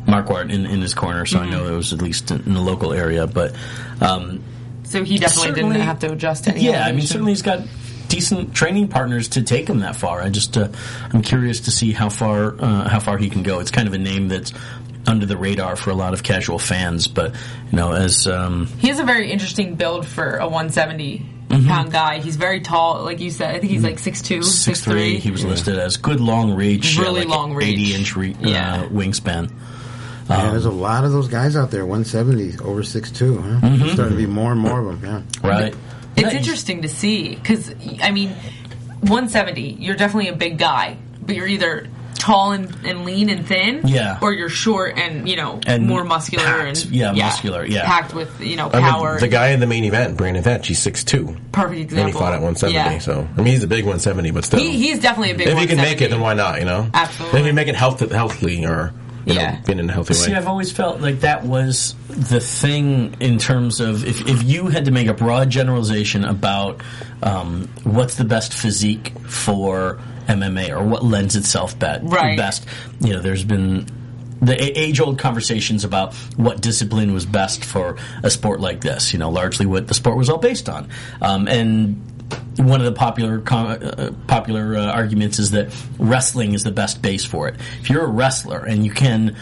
[SPEAKER 4] Marquardt in, in his corner, so I know it was at least in, in the local area. But um,
[SPEAKER 3] So he definitely
[SPEAKER 4] Certainly-
[SPEAKER 3] didn't have to adjust any.
[SPEAKER 4] yeah, I mean,
[SPEAKER 3] elevation.
[SPEAKER 4] certainly he's got decent training partners to take him that far. I just uh, I'm curious to see how far uh, how far he can go. It's kind of a name that's under the radar for a lot of casual fans, but you know, as um,
[SPEAKER 3] He has a very interesting build for a 170
[SPEAKER 4] Mm-hmm.
[SPEAKER 3] pound guy. He's very tall, like you said. I think he's like 6'2",
[SPEAKER 4] 6'3", Mm-hmm. he
[SPEAKER 3] 6'3".
[SPEAKER 4] was listed as good long reach, uh,
[SPEAKER 3] Really
[SPEAKER 4] like
[SPEAKER 3] long reach.
[SPEAKER 4] eighty inch re-
[SPEAKER 3] Yeah.
[SPEAKER 4] uh, wingspan.
[SPEAKER 5] yeah, there's a lot of those guys out there, 170 over 6'2", huh? There's Starting to be more and more of them. Yeah.
[SPEAKER 4] Mm-hmm. Right?
[SPEAKER 3] It's
[SPEAKER 4] Nice.
[SPEAKER 3] interesting to see because I mean, 170. You're definitely a big guy, but you're either tall and, and lean and thin,
[SPEAKER 4] Yeah.
[SPEAKER 3] or you're short and you know
[SPEAKER 4] And
[SPEAKER 3] more muscular
[SPEAKER 4] packed.
[SPEAKER 3] and
[SPEAKER 4] Yeah, muscular, yeah.
[SPEAKER 3] packed with you know
[SPEAKER 6] I mean,
[SPEAKER 3] power.
[SPEAKER 6] the guy in the main event, Brandon Thatch, he's 6'2".
[SPEAKER 3] perfect example.
[SPEAKER 6] And he fought at 170,
[SPEAKER 3] Yeah.
[SPEAKER 6] so I mean he's a big 170, but still,
[SPEAKER 3] He- he's definitely a big
[SPEAKER 6] If he can make
[SPEAKER 3] 170.
[SPEAKER 6] it, then why not? You know,
[SPEAKER 3] Absolutely.
[SPEAKER 6] If you make it health- healthily or you
[SPEAKER 3] Yeah.
[SPEAKER 6] know, been in a healthy
[SPEAKER 4] See,
[SPEAKER 6] way.
[SPEAKER 4] I've always felt like that was the thing in terms of if, if you had to make a broad generalization about um, what's the best physique for MMA or what lends itself bet,
[SPEAKER 3] Right.
[SPEAKER 4] best, you know, there's been the age old conversations about what discipline was best for a sport like this, you know, largely what the sport was all based on. Um, and one of the popular com- uh, popular uh, arguments is that wrestling is the best base for it. If you're a wrestler and you can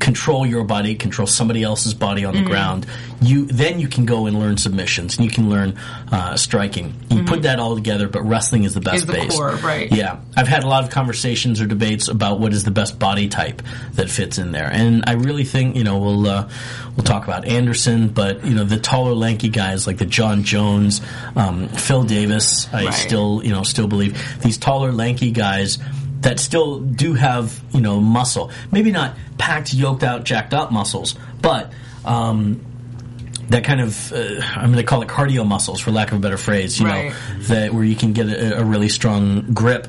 [SPEAKER 4] control your body, control somebody else's body
[SPEAKER 3] Mm-hmm.
[SPEAKER 4] on the ground, you then you can go and learn submissions and you can learn uh, striking. You put that all together, but wrestling is the best
[SPEAKER 3] Mm-hmm. Is the
[SPEAKER 4] base.
[SPEAKER 3] core, right.
[SPEAKER 4] Yeah, I've had a lot of conversations or debates about what is the best body type that fits in there, and I really think you know we'll uh, we'll talk about Anderson, but you know the taller, lanky guys like the John Jones, um, Phil Davis. I
[SPEAKER 3] Right.
[SPEAKER 4] still you know still believe these taller, lanky guys that still do have you know muscle, maybe not packed, yoked out, jacked up muscles, but um, that kind of uh, I'm going to call it cardio muscles for lack of a better phrase, you
[SPEAKER 3] Right.
[SPEAKER 4] know, that where you can get a, a really strong grip.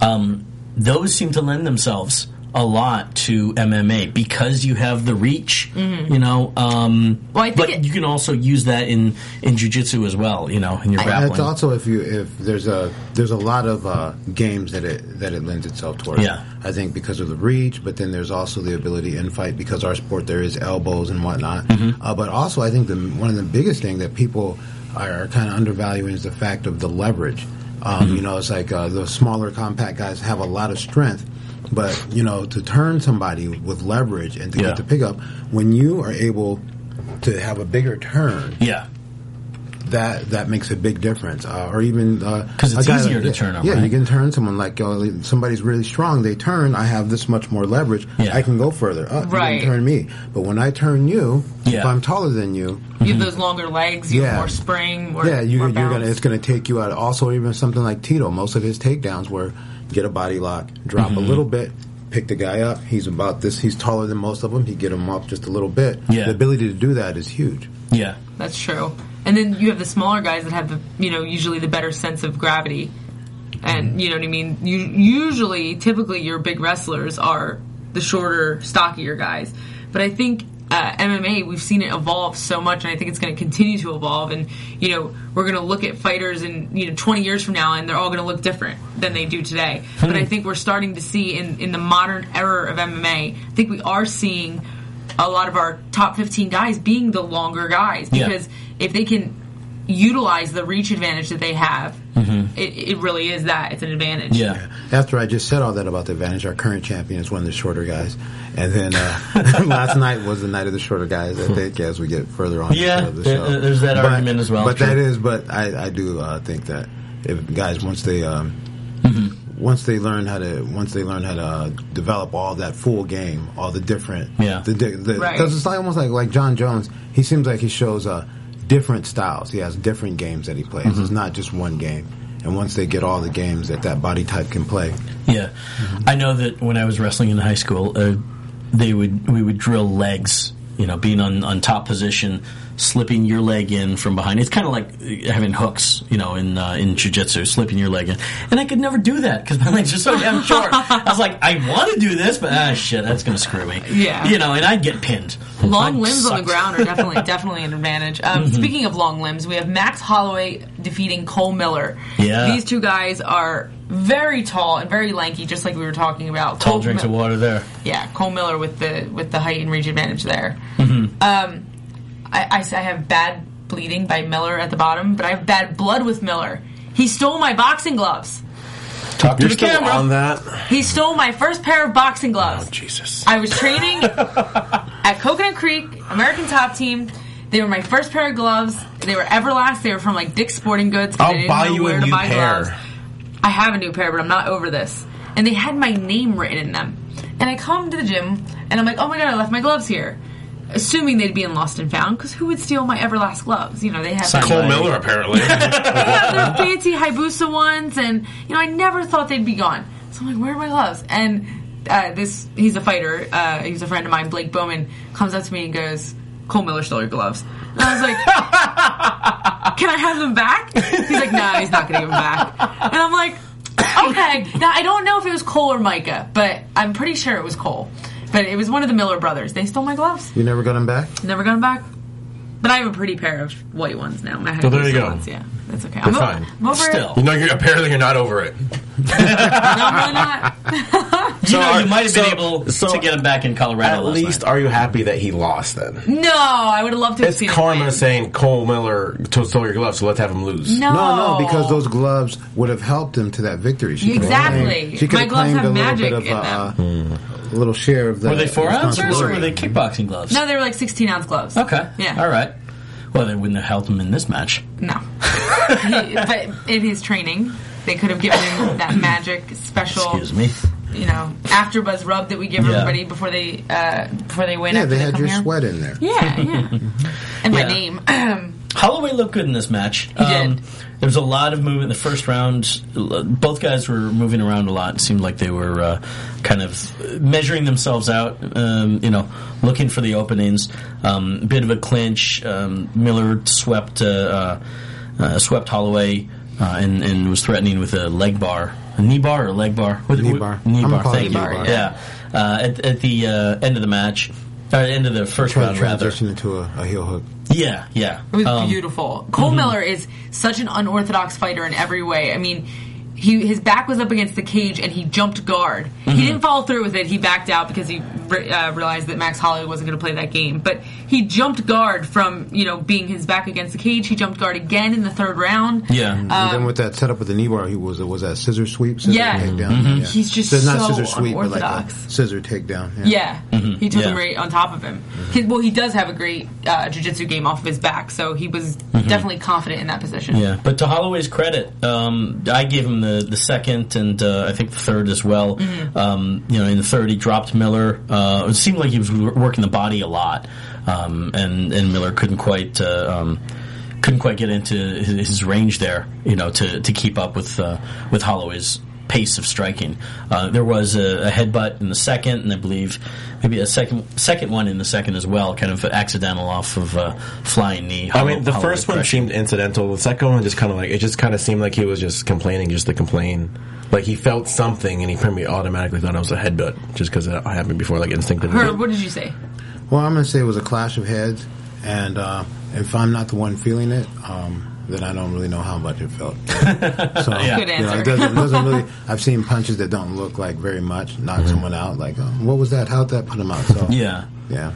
[SPEAKER 4] Um, those seem to lend themselves a lot to MMA because you have the reach, you know. Um,
[SPEAKER 3] Mm-hmm. Well, I think
[SPEAKER 4] but
[SPEAKER 3] it-
[SPEAKER 4] you can also use that in in jujitsu as well, you know, in your
[SPEAKER 5] And
[SPEAKER 4] grappling.
[SPEAKER 5] It's also if you if there's a there's a lot of uh, games that it that it lends itself towards.
[SPEAKER 4] Yeah.
[SPEAKER 5] I think because of the reach, but then there's also the ability in fight because our sport there is elbows and whatnot.
[SPEAKER 4] Mm-hmm.
[SPEAKER 5] Uh, but also, I think the one of the biggest thing that people are, kind of undervaluing is the fact of the leverage. Um,
[SPEAKER 4] Mm-hmm.
[SPEAKER 5] You know, it's like uh, the smaller, compact guys have a lot of strength. But you know, to turn somebody with leverage and to
[SPEAKER 4] Yeah.
[SPEAKER 5] get the pickup, when you are able to have a bigger turn,
[SPEAKER 4] yeah,
[SPEAKER 5] that that makes a big difference. Uh, or even because
[SPEAKER 4] 'Cause it's easier to turn 'em,
[SPEAKER 5] Yeah,
[SPEAKER 4] right?
[SPEAKER 5] you can turn someone like you know, somebody's really strong. They turn. I have this much more leverage.
[SPEAKER 4] Yeah.
[SPEAKER 5] I can go further. Uh,
[SPEAKER 3] Right.
[SPEAKER 5] You can turn me, but when I turn you,
[SPEAKER 4] Yeah.
[SPEAKER 5] if I'm taller than you,
[SPEAKER 3] You have those longer legs. You have
[SPEAKER 5] Yeah.
[SPEAKER 3] more spring. More,
[SPEAKER 5] yeah, you,
[SPEAKER 3] more
[SPEAKER 5] you're gonna
[SPEAKER 3] bounce.
[SPEAKER 5] it's gonna take you out. Also, even something like Tito, most of his takedowns were get a body lock, drop
[SPEAKER 4] Mm-hmm.
[SPEAKER 5] a little bit. Pick the guy up. He's about this. He's taller than most of them. He get him up just a little bit.
[SPEAKER 4] Yeah.
[SPEAKER 5] The ability to do that is huge.
[SPEAKER 4] yeah,
[SPEAKER 3] That's true. And then you have the smaller guys that have the you know usually the better sense of gravity, and you know what I mean. You, usually, typically, your big wrestlers are the shorter, stockier guys. But I think uh, MMA we've seen it evolve so much, and I think it's going to continue to evolve. And you know we're going to look at fighters in you know 20 years from now, and they're all going to look different than they do today. But I think we're starting to see in in the modern era of MMA, I think we are seeing a lot of our top 15 guys being the longer guys
[SPEAKER 4] Yeah.
[SPEAKER 3] because if they can utilize the reach advantage that they have, it, it really is that it's an advantage.
[SPEAKER 4] Mm-hmm. yeah.
[SPEAKER 5] After I just said all that about the advantage, our current champion is one of the shorter guys, and then uh, last night was the night of the shorter guys. I think as we get further on,
[SPEAKER 4] Yeah,
[SPEAKER 5] the
[SPEAKER 4] there- uh,
[SPEAKER 5] show.
[SPEAKER 4] there's that argument as well,
[SPEAKER 5] But
[SPEAKER 4] true.
[SPEAKER 5] that is, but I, I do uh, think that if guys once they um,
[SPEAKER 4] Mm-hmm.
[SPEAKER 5] once they learn how to once they learn how to uh, develop all that full game, all the different
[SPEAKER 4] Yeah.
[SPEAKER 5] the, di- the,
[SPEAKER 3] Right.
[SPEAKER 5] 'cause it's like, almost like like John Jones. He seems like he shows uh, different styles. He has different games that he plays.
[SPEAKER 3] Mm-hmm.
[SPEAKER 5] It's not just one game. And once they get all the games that that body type can play,
[SPEAKER 4] Yeah, I know that when I was wrestling in high school, uh, they would we would drill legs. You know, being on, on top position, slipping your leg in from behind. It's kind of like uh, having hooks. You know, in uh, in jujitsu, slipping your leg in. And I could never do that because my legs are so damn short. I was like, I want to do this, but ah, shit, that's gonna screw me.
[SPEAKER 3] Yeah.
[SPEAKER 4] you know, and I'd get pinned.
[SPEAKER 3] Long
[SPEAKER 4] That
[SPEAKER 3] limbs on the
[SPEAKER 4] sucks. Mm-hmm.
[SPEAKER 3] ground are definitely definitely an advantage. Um, Speaking of long limbs, we have Max Holloway defeating Cole Miller.
[SPEAKER 4] Yeah.
[SPEAKER 3] these two guys are very tall and very lanky, just like we were talking about.
[SPEAKER 4] Tall
[SPEAKER 3] Cole
[SPEAKER 4] drinks of
[SPEAKER 3] Mi-
[SPEAKER 4] water there.
[SPEAKER 3] Yeah, Cole Miller with the with the height and reach advantage there.
[SPEAKER 4] Mm-hmm.
[SPEAKER 3] Um, I, I, I have bad bleeding by Miller at the bottom, but I have bad blood with Miller. He stole my boxing gloves.
[SPEAKER 4] Talk to the
[SPEAKER 6] You're still
[SPEAKER 4] camera.
[SPEAKER 6] on that?
[SPEAKER 3] He stole my first pair of boxing gloves.
[SPEAKER 6] Oh, Jesus.
[SPEAKER 3] I was training at Coconut Creek, American Top Team. They were my first pair of gloves. They were Everlast. They were from like Dick's Sporting Goods. 'cause I
[SPEAKER 6] I'll
[SPEAKER 3] didn't
[SPEAKER 6] buy
[SPEAKER 3] know
[SPEAKER 6] you
[SPEAKER 3] where
[SPEAKER 6] a
[SPEAKER 3] to
[SPEAKER 6] new
[SPEAKER 3] buy gloves.
[SPEAKER 6] pair.
[SPEAKER 3] I have a new pair, but I'm not over this. And they had my name written in them. And I come to the gym, and I'm like, oh my god, I left my gloves here. Assuming they'd be in Lost and Found, because who would steal my Everlast gloves? You know, they have
[SPEAKER 4] Sign
[SPEAKER 6] Cole Miller, apparently.
[SPEAKER 3] yeah, they're fancy Hayabusa ones, and you know, I never thought they'd be gone. So I'm like, where are my gloves? And uh, this, he's a fighter. Uh, he's a friend of mine, Blake Bowman, comes up to me and goes, "Cole Miller stole your gloves." And I was like, "Can I have them back?" He's like, "No, he's not gonna give them back." And I'm like, "Okay." Now I don't know if it was Cole or Micah, but I'm pretty sure it was Cole. But it was one of the Miller brothers. They stole my gloves.
[SPEAKER 5] you never got them back.
[SPEAKER 3] Never got them back. But I have a pretty pair of white ones now. My
[SPEAKER 6] Well, there you
[SPEAKER 3] Hayabusa
[SPEAKER 6] go.
[SPEAKER 3] Ones. Yeah, that's okay.
[SPEAKER 6] You're
[SPEAKER 3] I'm, o-
[SPEAKER 6] fine.
[SPEAKER 3] I'm over it.
[SPEAKER 4] Still.
[SPEAKER 6] you know, you're, apparently you're not over it.
[SPEAKER 3] No, I'm really not.
[SPEAKER 4] You know,
[SPEAKER 6] are-
[SPEAKER 4] you might have
[SPEAKER 6] so-
[SPEAKER 4] been able
[SPEAKER 6] so
[SPEAKER 4] to get him back in Colorado.
[SPEAKER 6] At
[SPEAKER 4] last
[SPEAKER 6] least
[SPEAKER 4] night.
[SPEAKER 6] are you happy that he lost then?
[SPEAKER 3] No, I would have loved to have
[SPEAKER 6] It's
[SPEAKER 3] seen it
[SPEAKER 6] karma
[SPEAKER 3] win.
[SPEAKER 6] saying Cole Miller t- stole your gloves, so let's have him lose.
[SPEAKER 3] No.
[SPEAKER 5] No, no, because those gloves would have helped him to that victory. She could've
[SPEAKER 3] Exactly.
[SPEAKER 5] claimed- she could
[SPEAKER 3] My
[SPEAKER 5] have
[SPEAKER 3] gloves
[SPEAKER 5] claimed
[SPEAKER 3] have
[SPEAKER 5] a little
[SPEAKER 3] magic
[SPEAKER 5] bit of
[SPEAKER 3] in
[SPEAKER 5] uh, a little share of the.
[SPEAKER 4] Were they four ounces or
[SPEAKER 5] responsibility.
[SPEAKER 4] were they kickboxing gloves?
[SPEAKER 3] No, they were like 16 ounce gloves.
[SPEAKER 4] Okay.
[SPEAKER 3] Yeah.
[SPEAKER 4] All right. Well, they wouldn't have held him in this match.
[SPEAKER 3] No. He- but in his training, they could have given him that magic special,
[SPEAKER 4] Excuse me.
[SPEAKER 3] you know, after buzz rub that we give
[SPEAKER 4] Yeah.
[SPEAKER 3] everybody before they uh, before they win.
[SPEAKER 5] Yeah,
[SPEAKER 3] after
[SPEAKER 5] they had
[SPEAKER 3] come
[SPEAKER 5] your
[SPEAKER 3] here.
[SPEAKER 5] sweat in there.
[SPEAKER 3] Yeah, yeah. And my
[SPEAKER 4] Yeah.
[SPEAKER 3] name.
[SPEAKER 4] Holloway looked good in this match. He
[SPEAKER 3] did.
[SPEAKER 4] There was a lot of movement in the first round. Both guys were moving around a lot. It seemed like they were uh, kind of measuring themselves out, um, you know, looking for the openings. Um, bit of a clinch. Um, Miller swept uh, uh, uh, swept Holloway uh, and, and was threatening with a leg bar. A knee bar or leg bar? What-
[SPEAKER 5] Knee
[SPEAKER 4] what-
[SPEAKER 5] bar.
[SPEAKER 4] Knee
[SPEAKER 5] I'm
[SPEAKER 4] bar.
[SPEAKER 5] calling
[SPEAKER 4] Thank
[SPEAKER 5] it
[SPEAKER 4] you.
[SPEAKER 5] knee bar.
[SPEAKER 4] Yeah. Uh, at, at the uh, end of the match, or end of the first
[SPEAKER 5] Trying
[SPEAKER 4] round,
[SPEAKER 5] to
[SPEAKER 4] rather.
[SPEAKER 5] transition into a, a heel hook.
[SPEAKER 4] Yeah, yeah.
[SPEAKER 3] It was
[SPEAKER 4] Um,
[SPEAKER 3] beautiful. Cole Miller is such an unorthodox fighter in every way. I mean, he his back was up against the cage and he jumped guard.
[SPEAKER 4] Mm-hmm.
[SPEAKER 3] He didn't follow through with it. He backed out because he re- uh, realized that Max Holloway wasn't going to play that game. But he jumped guard from you know being his back against the cage. He jumped guard again in the third round.
[SPEAKER 4] Yeah.
[SPEAKER 5] and then with that setup with the knee bar, he was was that scissor sweep. Scissor
[SPEAKER 3] Um, Yeah. Mm-hmm.
[SPEAKER 5] takedown. Yeah.
[SPEAKER 3] He's just
[SPEAKER 5] It's not
[SPEAKER 3] so
[SPEAKER 5] scissor sweep, but like a
[SPEAKER 3] unorthodox.
[SPEAKER 5] scissor takedown.
[SPEAKER 3] Yeah, he took
[SPEAKER 4] Mm-hmm. Yeah.
[SPEAKER 3] him right on top of him. He- well, he does have a great uh, jiu-jitsu game off of his back, so he was definitely confident in that position.
[SPEAKER 4] Mm-hmm. Yeah, but to Holloway's credit, um, I gave him the, the second and uh, I think the third as well. Um, you know, in the third he dropped Miller. Uh, it seemed like he was wor- working the body a lot, um, and and Miller couldn't quite uh, um, couldn't quite get into his, his range there. You know, to, to keep up with uh, with Holloway's pace of striking. Uh, there was a, a headbutt in the second, and I believe maybe a second second one in the second as well, kind of accidental off of uh, flying knee.
[SPEAKER 6] I mean, the
[SPEAKER 4] Holloway
[SPEAKER 6] first one
[SPEAKER 4] crushed
[SPEAKER 6] seemed incidental. The second one just kind of like, it just kind of seemed like he was just complaining just to complain. Like he felt something and he probably automatically thought it was a headbutt just because it happened before, like instinctively.
[SPEAKER 3] Herb, what did you say?
[SPEAKER 5] Well, I'm going to say it was a clash of heads, and uh, if I'm not the one feeling it, um, then I don't really know how much it felt. So,
[SPEAKER 3] Good
[SPEAKER 5] you know,
[SPEAKER 3] answer.
[SPEAKER 5] it doesn't, it doesn't really. I've seen punches that don't look like very much knock someone out. Like, um, what was that? How'd that put him out? So,
[SPEAKER 4] Yeah.
[SPEAKER 5] yeah.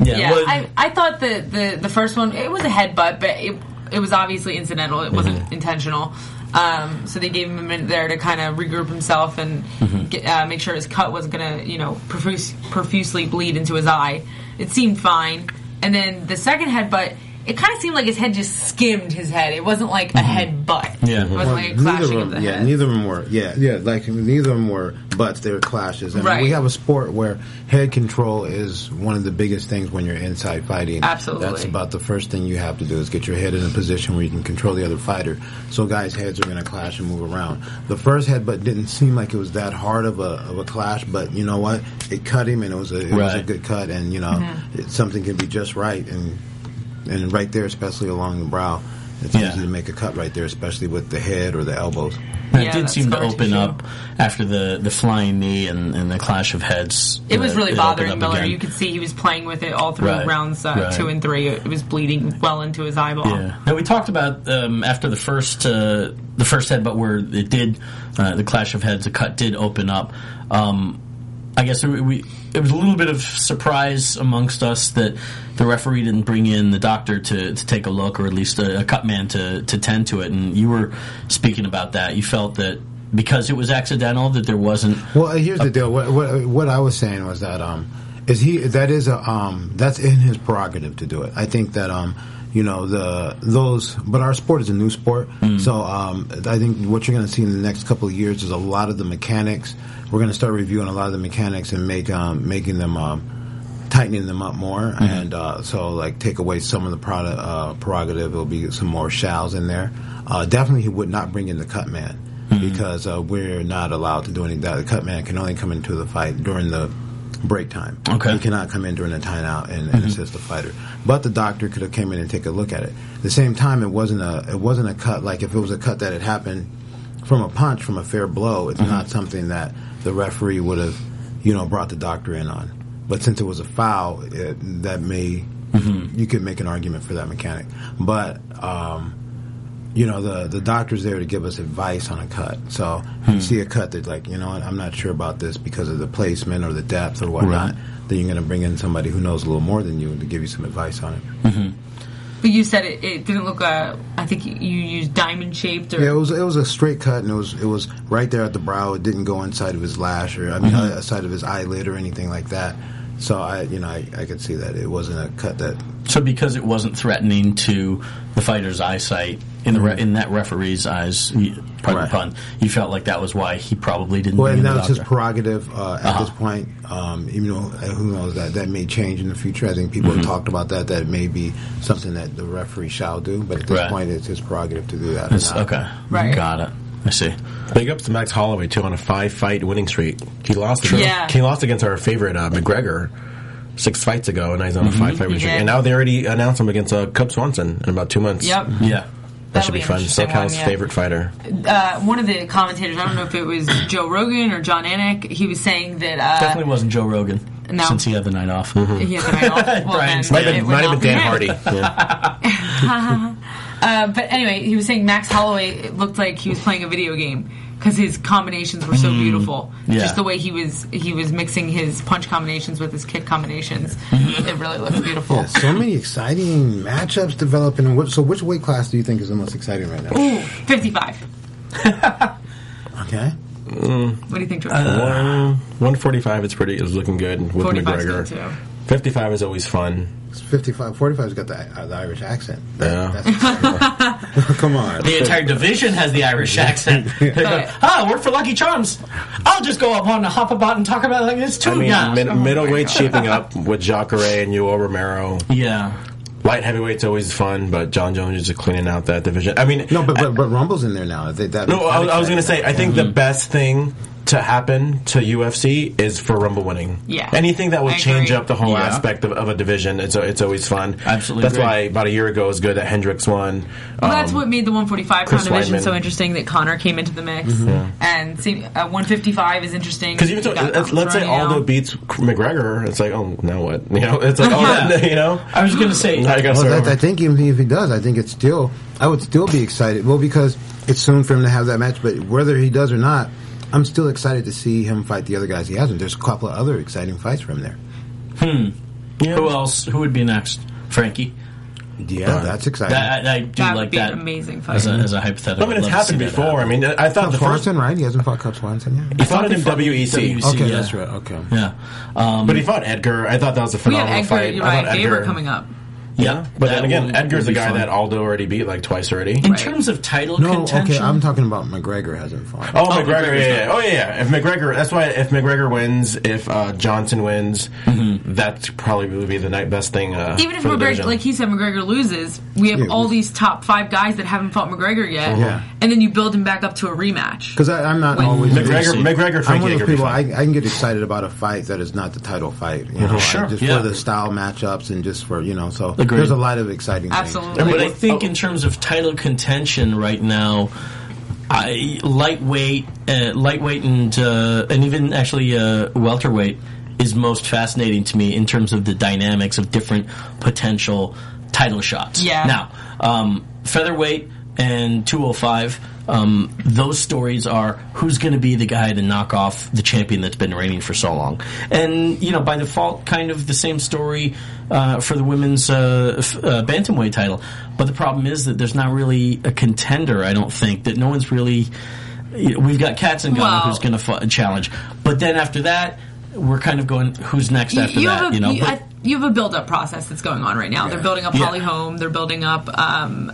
[SPEAKER 4] Yeah,
[SPEAKER 3] Yeah,
[SPEAKER 4] well-
[SPEAKER 3] I, I thought the, the, the first one it was a headbutt, but it it was obviously incidental. It wasn't
[SPEAKER 4] Mm-hmm.
[SPEAKER 3] intentional. Um, so they gave him a minute there to kind of regroup himself and
[SPEAKER 4] Mm-hmm.
[SPEAKER 3] get, uh, make sure his cut wasn't gonna you know profuse, profusely bleed into his eye. It seemed fine, and then the second headbutt it kind of seemed like his head just skimmed his head. It wasn't like a head butt.
[SPEAKER 4] Mm-hmm. Yeah.
[SPEAKER 3] It wasn't
[SPEAKER 5] Well,
[SPEAKER 3] like a clashing
[SPEAKER 5] neither
[SPEAKER 3] of
[SPEAKER 5] of
[SPEAKER 3] the
[SPEAKER 5] them, yeah,
[SPEAKER 3] head.
[SPEAKER 5] neither of them were. Yeah, yeah, like neither of them were butts. They were clashes. And
[SPEAKER 3] Right.
[SPEAKER 5] we have a sport where head control is one of the biggest things when you're inside fighting.
[SPEAKER 3] Absolutely.
[SPEAKER 5] that's about the first thing you have to do is get your head in a position where you can control the other fighter. So guys' heads are going to clash and move around. The first headbutt didn't seem like it was that hard of a of a clash, but you know what? It cut him, and it was a it was a
[SPEAKER 4] Right.
[SPEAKER 5] good cut, and you know it, something can be just right and. And right there, especially along the brow, it's
[SPEAKER 4] Yeah.
[SPEAKER 5] easy to make a cut right there, especially with the head or the elbows.
[SPEAKER 4] That
[SPEAKER 3] Yeah,
[SPEAKER 4] did
[SPEAKER 3] that's
[SPEAKER 4] seem to
[SPEAKER 3] scar
[SPEAKER 4] open
[SPEAKER 3] tissue.
[SPEAKER 4] up after the, the flying knee and, and the clash of heads.
[SPEAKER 3] It was really
[SPEAKER 4] opened
[SPEAKER 3] bothering
[SPEAKER 4] up
[SPEAKER 3] Miller.
[SPEAKER 4] again.
[SPEAKER 3] You could see he was playing with it all through
[SPEAKER 4] Right.
[SPEAKER 3] rounds uh,
[SPEAKER 4] Right.
[SPEAKER 3] two and three. It was bleeding well into his eyeball.
[SPEAKER 4] Yeah. Now we talked about um, after the first uh, the first headbutt where it did uh, the clash of heads. The cut did open up. Um, I guess we, we it was a little bit of surprise amongst us that the referee didn't bring in the doctor to, to take a look or at least a, a cut man to to tend to it. And you were speaking about that. You felt that because it was accidental that there wasn't.
[SPEAKER 5] Well, uh, here's the deal. What, what what I was saying was that um, is he that is a um, that's in his prerogative to do it. I think that um, you know the those, but our sport is a new sport, so um, I think what you're going to see in the next couple of years is a lot of the mechanics. We're going to start reviewing a lot of the mechanics and make um, making them. Um, Tightening them up more, and uh, so like take away some of the product uh, prerogative. There'll be some more shalls in there. Uh, definitely, he would not bring in the cut man because uh, we're not allowed to do any that. The cut man can only come into the fight during the break time.
[SPEAKER 4] Okay.
[SPEAKER 5] He cannot come in during the timeout and, and assist the fighter. But the doctor could have came in and take a look at it. At the same time, it wasn't a it wasn't a cut. Like if it was a cut that had happened from a punch from a fair blow, it's not something that the referee would have you know brought the doctor in on. But since it was a foul, it, that may you could make an argument for that mechanic. But um, you know the the doctor's there to give us advice on a cut. So if you see a cut that's like you know what, I'm not sure about this because of the placement or the depth or whatnot. Then you're going to bring in somebody who knows a little more than you to give you some advice on it.
[SPEAKER 3] But you said it, it didn't look. Uh, I think you used diamond shaped or
[SPEAKER 5] Yeah, it was it was a straight cut and it was it was right there at the brow. It didn't go inside of his lash or I mean uh, side of his eyelid or anything like that. So I you know I, I could see that it wasn't a cut that
[SPEAKER 4] So because it wasn't threatening to the fighter's eyesight in the re- in that referee's eyes, you, pardon the
[SPEAKER 5] Mm-hmm. Right.
[SPEAKER 4] pun, you felt like that was why he probably didn't.
[SPEAKER 5] Well,
[SPEAKER 4] bring
[SPEAKER 5] and
[SPEAKER 4] in
[SPEAKER 5] that was
[SPEAKER 4] the
[SPEAKER 5] his
[SPEAKER 4] doctor. Uh-huh.
[SPEAKER 5] prerogative uh, at this point. Um, even though uh, who knows that that may change in the future. I think people
[SPEAKER 4] Mm-hmm.
[SPEAKER 5] have talked about that. That may be something that the referee shall do. But at this
[SPEAKER 4] Right.
[SPEAKER 5] point, it's his prerogative to do that. or
[SPEAKER 4] It's-
[SPEAKER 5] not.
[SPEAKER 4] okay,
[SPEAKER 3] Right.
[SPEAKER 4] got it. I see.
[SPEAKER 6] Big ups to Max Holloway too on a five fight winning streak. He lost.
[SPEAKER 3] Yeah.
[SPEAKER 6] He lost against our favorite uh, McGregor six fights ago, and now he's on a five fight
[SPEAKER 3] Mm-hmm.
[SPEAKER 6] winning
[SPEAKER 3] He
[SPEAKER 6] streak.
[SPEAKER 3] did.
[SPEAKER 6] And now they already announced him against uh, Cub Swanson in about two months.
[SPEAKER 3] Yep.
[SPEAKER 4] Yeah,
[SPEAKER 6] That
[SPEAKER 3] That'll
[SPEAKER 6] should be,
[SPEAKER 3] be an
[SPEAKER 6] fun.
[SPEAKER 3] interesting
[SPEAKER 6] SoCal's
[SPEAKER 3] one, yeah.
[SPEAKER 6] favorite fighter.
[SPEAKER 3] Uh, one of the commentators, I don't know if it was Joe Rogan or John Anik, he was saying that uh,
[SPEAKER 4] definitely wasn't Joe Rogan
[SPEAKER 3] No.
[SPEAKER 4] since he had the night off.
[SPEAKER 5] Mm-hmm.
[SPEAKER 3] he had the night off. Well,
[SPEAKER 4] Brian
[SPEAKER 3] then
[SPEAKER 4] Snyder.
[SPEAKER 3] it
[SPEAKER 6] Might have been,
[SPEAKER 3] would
[SPEAKER 6] might have
[SPEAKER 3] not
[SPEAKER 6] been
[SPEAKER 3] be him.
[SPEAKER 6] Dan Hardy. Yeah.
[SPEAKER 3] Uh, but anyway, he was saying Max Holloway looked like he was playing a video game because his combinations were so
[SPEAKER 6] Mm.
[SPEAKER 3] beautiful.
[SPEAKER 4] yeah.
[SPEAKER 3] Just the way he was he was mixing his punch combinations with his kick combinations.
[SPEAKER 6] Mm-hmm.
[SPEAKER 3] it really looked beautiful.
[SPEAKER 5] Yeah, so many exciting matchups developing. And what, so, which weight class do you think is the most exciting right now?
[SPEAKER 3] Ooh, 55.
[SPEAKER 5] Okay,
[SPEAKER 3] What do you think, George?
[SPEAKER 6] One forty five is pretty. Is looking good Uh, with
[SPEAKER 3] 45's
[SPEAKER 6] McGregor.
[SPEAKER 3] good, too.
[SPEAKER 6] Fifty five is always fun.
[SPEAKER 5] It's 55, 45's got the, uh, the Irish accent.
[SPEAKER 6] Yeah.
[SPEAKER 5] that's- come on.
[SPEAKER 4] The entire division has the Irish accent. They go, ah, work for Lucky Charms. I'll just go up on the hop about and talk about it like this too.
[SPEAKER 6] I mean,
[SPEAKER 4] yeah.
[SPEAKER 3] Oh.
[SPEAKER 6] mid- middleweight shaping up with Jacare and Yoel Romero.
[SPEAKER 4] yeah.
[SPEAKER 6] Light heavyweight's always fun, but John Jones is just cleaning out that division. I mean,
[SPEAKER 5] No, but, Mm-hmm. but but Rumble's in there now. They, that,
[SPEAKER 6] No, I, I was going to say, I think the best thing to happen to UFC is for Rumble winning.
[SPEAKER 3] Yeah.
[SPEAKER 6] Anything that will
[SPEAKER 3] I
[SPEAKER 6] change
[SPEAKER 3] agree.
[SPEAKER 6] up the whole
[SPEAKER 4] Yeah.
[SPEAKER 6] aspect of, of a division, it's, it's always fun.
[SPEAKER 4] Absolutely
[SPEAKER 6] That's
[SPEAKER 4] agree.
[SPEAKER 6] why about a year ago it was good that Hendricks won.
[SPEAKER 3] Well,
[SPEAKER 6] Um,
[SPEAKER 3] that's what made the 145 pound
[SPEAKER 6] Chris
[SPEAKER 3] division
[SPEAKER 6] Weidman. Mm-hmm.
[SPEAKER 3] so interesting that Connor came into the mix. And see, uh, 155 is interesting.
[SPEAKER 6] because even though, let's, let's say Aldo
[SPEAKER 3] the
[SPEAKER 6] beats McGregor, it's like, oh, now what? You know, it's like, oh,
[SPEAKER 4] Yeah.
[SPEAKER 6] you know,
[SPEAKER 4] I was going to say,
[SPEAKER 6] now you got to
[SPEAKER 5] Well,
[SPEAKER 6] start
[SPEAKER 5] that's, I
[SPEAKER 6] over.
[SPEAKER 5] think even if he does, I think it's still. I would still be excited. Well, because it's soon for him to have that match. But whether he does or not, I'm still excited to see him fight the other guys he hasn't. There's a couple of other exciting fights from there.
[SPEAKER 4] who else? Who would be next? Frankie.
[SPEAKER 5] Yeah, that's exciting.
[SPEAKER 4] That, I, I do
[SPEAKER 3] That would
[SPEAKER 4] like
[SPEAKER 3] be
[SPEAKER 4] that.
[SPEAKER 3] an amazing fight.
[SPEAKER 4] As a, as a hypothetical.
[SPEAKER 6] I mean, it's
[SPEAKER 4] I'd love to
[SPEAKER 6] happened
[SPEAKER 4] see that
[SPEAKER 6] before. I
[SPEAKER 4] happen.
[SPEAKER 6] mean, I thought
[SPEAKER 5] Cub
[SPEAKER 6] the first.
[SPEAKER 5] Swanson, Oh, right? He hasn't fought Cub Swanson yet.
[SPEAKER 6] He fought it in WEC,
[SPEAKER 4] WEC,
[SPEAKER 5] Okay,
[SPEAKER 4] yeah.
[SPEAKER 5] that's right. Okay.
[SPEAKER 4] Yeah. Um,
[SPEAKER 6] but he fought Edgar. I thought that was a
[SPEAKER 3] we have
[SPEAKER 6] phenomenal
[SPEAKER 3] Edgar
[SPEAKER 6] fight. I
[SPEAKER 3] Uriah
[SPEAKER 6] thought
[SPEAKER 3] Faber
[SPEAKER 6] Edgar
[SPEAKER 3] coming up.
[SPEAKER 4] Yeah,
[SPEAKER 6] But then again, Edgar's
[SPEAKER 4] a
[SPEAKER 6] the guy that Aldo already beat like twice already.
[SPEAKER 4] In terms of title
[SPEAKER 5] No,
[SPEAKER 4] contention,
[SPEAKER 5] okay, I'm talking about McGregor hasn't fought.
[SPEAKER 6] Oh,
[SPEAKER 4] Oh,
[SPEAKER 6] McGregor,
[SPEAKER 4] McGregor's
[SPEAKER 6] yeah, yeah. Oh, yeah, yeah. If McGregor, that's why if McGregor wins, if uh, Johnson wins,
[SPEAKER 4] Mm-hmm.
[SPEAKER 6] that probably would be the night best thing. Uh,
[SPEAKER 3] Even if
[SPEAKER 6] for the
[SPEAKER 3] McGregor,
[SPEAKER 6] division.
[SPEAKER 3] like he said, McGregor loses, we have
[SPEAKER 5] Yeah,
[SPEAKER 3] all
[SPEAKER 5] we- Uh-huh.
[SPEAKER 3] these top five guys that haven't fought McGregor yet,
[SPEAKER 5] Yeah.
[SPEAKER 3] and then you build him back up to a rematch.
[SPEAKER 5] Because I'm not
[SPEAKER 3] Wait.
[SPEAKER 5] always
[SPEAKER 6] McGregor, McGregor,
[SPEAKER 5] I'm
[SPEAKER 6] Frank
[SPEAKER 5] one of
[SPEAKER 6] Yeager
[SPEAKER 5] those
[SPEAKER 6] be
[SPEAKER 5] people. I,
[SPEAKER 6] fine.
[SPEAKER 5] I can get excited about a fight that is not the title fight. You know,
[SPEAKER 6] Sure,
[SPEAKER 5] I, just
[SPEAKER 4] yeah.
[SPEAKER 5] for the style matchups and just for you know. So
[SPEAKER 4] Agreed.
[SPEAKER 5] there's a lot of exciting. things.
[SPEAKER 3] Absolutely.
[SPEAKER 4] But I
[SPEAKER 6] oh.
[SPEAKER 4] think in terms of title contention right now, I lightweight, uh, lightweight, and uh, and even actually uh, welterweight is most fascinating to me in terms of the dynamics of different potential title shots.
[SPEAKER 3] Yeah.
[SPEAKER 4] Now, um, featherweight and 205. Um, those stories are who's going to be the guy to knock off the champion that's been reigning for so long, and you know by default, kind of the same story uh, for the women's uh, f- uh, bantamweight title. But the problem is that there's not really a contender. I don't think that no one's really. you know, We've got Katzengana
[SPEAKER 3] Well-
[SPEAKER 4] who's going to f- challenge, but then after that, we're kind of going who's next after
[SPEAKER 3] you, you
[SPEAKER 4] that.
[SPEAKER 3] have a,
[SPEAKER 4] you know,
[SPEAKER 3] you,
[SPEAKER 4] But-
[SPEAKER 3] I- you have a build-up process that's going on right now. They're building up
[SPEAKER 4] Yeah.
[SPEAKER 3] Holly Holm. They're building up. Um,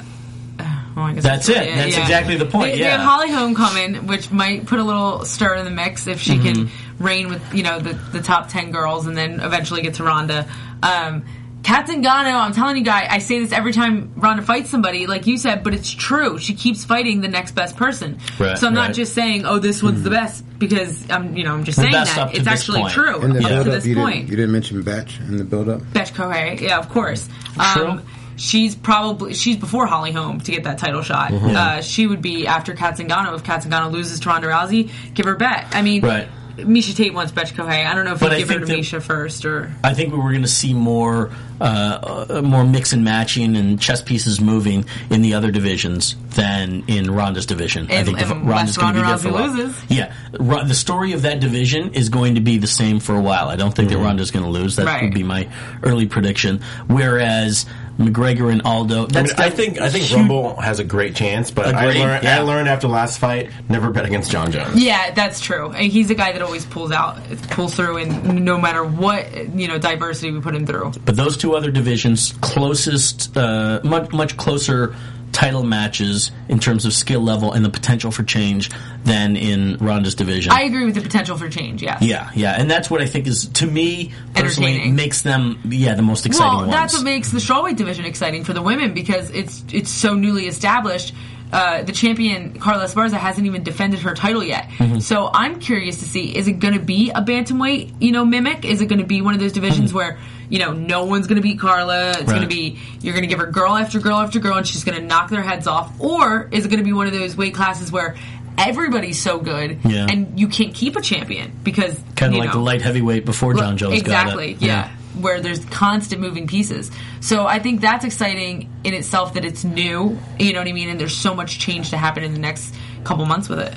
[SPEAKER 3] well, I guess
[SPEAKER 4] That's
[SPEAKER 3] really
[SPEAKER 4] it. That's exactly the point,
[SPEAKER 3] They, they have
[SPEAKER 4] yeah.
[SPEAKER 3] Holly Holm coming, which might put a little stir in the mix if she can
[SPEAKER 4] Mm-hmm.
[SPEAKER 3] reign with you know the, the top ten girls, and then eventually get to Ronda. Um, Katzengano, I'm telling you, guy, I say this every time Ronda fights somebody, like you said, but it's true. She keeps fighting the next best person.
[SPEAKER 4] Right,
[SPEAKER 3] so I'm not
[SPEAKER 4] right.
[SPEAKER 3] just saying, oh, this one's the best because I'm, you know, I'm just saying
[SPEAKER 4] best up
[SPEAKER 3] that.
[SPEAKER 4] to
[SPEAKER 3] It's
[SPEAKER 4] this
[SPEAKER 3] actually
[SPEAKER 4] point.
[SPEAKER 3] true
[SPEAKER 5] In the
[SPEAKER 3] up to
[SPEAKER 5] build-up,
[SPEAKER 3] this
[SPEAKER 5] you
[SPEAKER 3] point.
[SPEAKER 5] didn't you didn't mention Batch in the build-up.
[SPEAKER 3] Betch Kohei, yeah, of course.
[SPEAKER 4] True.
[SPEAKER 3] Um, she's probably she's before Holly Holm to get that title shot.
[SPEAKER 4] Mm-hmm.
[SPEAKER 3] Uh, she would be after Katzengano if Katzengano loses to Ronda Rousey. Give her bet. I mean,
[SPEAKER 4] Right.
[SPEAKER 3] Misha Tate wants Betch Kohei. I don't know if
[SPEAKER 4] But
[SPEAKER 3] you
[SPEAKER 4] I
[SPEAKER 3] give her
[SPEAKER 4] think
[SPEAKER 3] to
[SPEAKER 4] that-
[SPEAKER 3] Misha first or
[SPEAKER 4] I think we were going to see more, uh, uh, more mix and matching and chess pieces moving in the other divisions than in Ronda's division. I
[SPEAKER 3] And-
[SPEAKER 4] think the,
[SPEAKER 3] and unless
[SPEAKER 4] Ronda's going to be there
[SPEAKER 3] Ronda
[SPEAKER 4] for a
[SPEAKER 3] Rousey
[SPEAKER 4] while.
[SPEAKER 3] loses.
[SPEAKER 4] Yeah, Ro- the story of that division is going to be the same for a while. I don't think
[SPEAKER 6] Mm-hmm.
[SPEAKER 4] that Ronda's going to lose. That
[SPEAKER 3] Right.
[SPEAKER 4] would be my early prediction. Whereas McGregor and Aldo,
[SPEAKER 6] I,
[SPEAKER 4] that's
[SPEAKER 6] mean, I think I think
[SPEAKER 4] huge-
[SPEAKER 6] Rumble has a great chance, but I
[SPEAKER 4] Agreed,
[SPEAKER 6] learned,
[SPEAKER 4] yeah.
[SPEAKER 6] I learned after last fight never bet against John Jones.
[SPEAKER 3] yeah, that's true. And he's a guy that always pulls out, pulls through, and no matter what you know diversity we put him through.
[SPEAKER 4] But those two other divisions, closest, uh, much much closer title matches in terms of skill level and the potential for change than in Ronda's division.
[SPEAKER 3] I agree with the potential for change. Yes.
[SPEAKER 4] Yeah, yeah, and that's what I think is to me personally
[SPEAKER 3] Entertaining.
[SPEAKER 4] makes them yeah the most exciting
[SPEAKER 3] Well,
[SPEAKER 4] ones.
[SPEAKER 3] that's what makes the strawweight division exciting for the women because it's it's so newly established. Uh, the champion Carla Esparza hasn't even defended her title yet,
[SPEAKER 4] Mm-hmm.
[SPEAKER 3] so I'm curious to see is it going to be a bantamweight, you know, mimic? Is it going to be one of those divisions where you know no one's going to beat Carla? It's going to
[SPEAKER 4] Mm-hmm. Right.
[SPEAKER 3] be you're going to give her girl after girl after girl, and she's going to knock their heads off, or is it going to be one of those weight classes where everybody's so good
[SPEAKER 4] Yeah.
[SPEAKER 3] and you can't keep a champion because
[SPEAKER 4] kind of
[SPEAKER 3] you
[SPEAKER 4] like
[SPEAKER 3] know,
[SPEAKER 4] the light heavyweight before John Jones
[SPEAKER 3] exactly,
[SPEAKER 4] got it.
[SPEAKER 3] yeah. Where there's constant moving pieces. So I think that's exciting in itself that it's new. You know what I mean? And there's so much change to happen in the next couple months with it.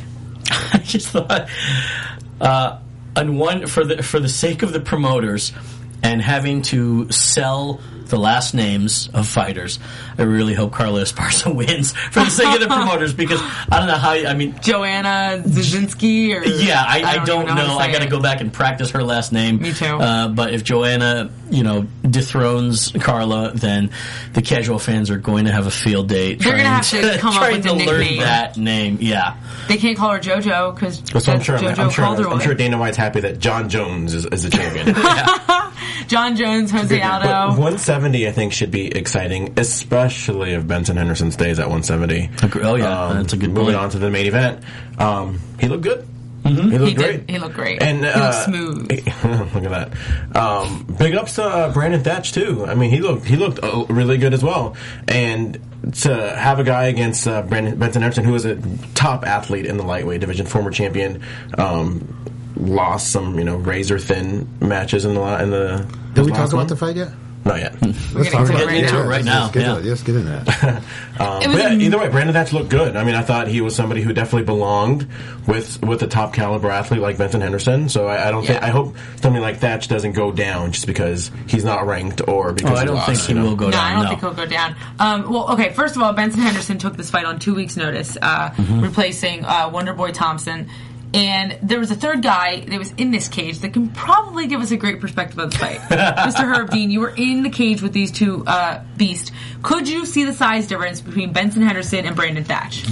[SPEAKER 4] I just thought, uh, on one for the for the sake of the promoters and having to sell the last names of fighters, I really hope Carla Esparza wins for the sake of the promoters because I don't know how. I mean,
[SPEAKER 3] Joanna Zizinski or
[SPEAKER 4] Yeah, I, I, don't,
[SPEAKER 3] even how to
[SPEAKER 4] know. I
[SPEAKER 3] say
[SPEAKER 4] got to
[SPEAKER 3] it.
[SPEAKER 4] go back and practice her last name.
[SPEAKER 3] Me too.
[SPEAKER 4] Uh, but if Joanna, you know, dethrones Carla, then the casual fans are going to have a field day.
[SPEAKER 3] They're gonna
[SPEAKER 4] trying
[SPEAKER 3] have to come up
[SPEAKER 4] trying
[SPEAKER 3] with a
[SPEAKER 4] to learn
[SPEAKER 3] nickname.
[SPEAKER 4] that name. Yeah,
[SPEAKER 3] They can't call her JoJo because
[SPEAKER 6] So I'm sure, I'm,
[SPEAKER 3] JoJo
[SPEAKER 6] I'm sure, I'm
[SPEAKER 3] Calderwood.
[SPEAKER 6] sure Dana White's happy that John Jones is, is the champion.
[SPEAKER 3] John Jones, Jose
[SPEAKER 6] But
[SPEAKER 3] Aldo.
[SPEAKER 6] 170, I think, should be exciting, especially if Benson Henderson stays at 170.
[SPEAKER 4] Agree- oh, yeah, that's a good point.
[SPEAKER 6] Moving
[SPEAKER 4] Mm-hmm.
[SPEAKER 6] on to the main event, um, he looked good. He looked
[SPEAKER 3] He
[SPEAKER 6] great.
[SPEAKER 3] did. He looked great.
[SPEAKER 6] And
[SPEAKER 3] He looked
[SPEAKER 6] uh,
[SPEAKER 3] smooth.
[SPEAKER 6] look at that. Um, big ups to uh, Brandon Thatch too. I mean, he looked he looked uh, really good as well. And to have a guy against uh, Brandon Benson Henderson, who is a top athlete in the lightweight division, former champion. Um, Lost some, you know, razor thin matches in the la- in the.
[SPEAKER 5] Did
[SPEAKER 6] his
[SPEAKER 5] we talk
[SPEAKER 6] last
[SPEAKER 5] about
[SPEAKER 6] one.
[SPEAKER 5] the Hmm. fight yet?
[SPEAKER 6] Not yet.
[SPEAKER 5] Let's
[SPEAKER 3] gonna
[SPEAKER 5] talk
[SPEAKER 3] get into
[SPEAKER 5] about
[SPEAKER 3] it
[SPEAKER 5] now.
[SPEAKER 4] right
[SPEAKER 5] Let's-
[SPEAKER 4] now,
[SPEAKER 5] let's get
[SPEAKER 4] yeah.
[SPEAKER 5] to it. Let's get in that.
[SPEAKER 3] it was
[SPEAKER 6] But yeah,
[SPEAKER 3] a-
[SPEAKER 6] either way, Brandon Thatch looked good. I mean, I thought he was somebody who definitely belonged with with a top caliber athlete like Benson Henderson. So I, I don't think
[SPEAKER 3] Yeah.
[SPEAKER 6] I hope somebody like Thatch doesn't go down just because he's not ranked or because
[SPEAKER 4] oh, I
[SPEAKER 6] he
[SPEAKER 4] don't
[SPEAKER 6] lost,
[SPEAKER 4] think he
[SPEAKER 6] you know?
[SPEAKER 4] will go
[SPEAKER 3] No,
[SPEAKER 4] down.
[SPEAKER 3] I don't
[SPEAKER 4] no.
[SPEAKER 3] think he'll go down. Um, well, okay. First
[SPEAKER 4] Mm-hmm.
[SPEAKER 3] of all, Benson Henderson took this fight on two weeks' notice, uh, replacing uh, Wonder Boy Thompson. And there was a third guy that was in this cage that can probably give us a great perspective on the fight. Mr. Herb Dean, you were in the cage with these two uh, beasts. Could you see the size difference between Benson Henderson and Brandon Thatch?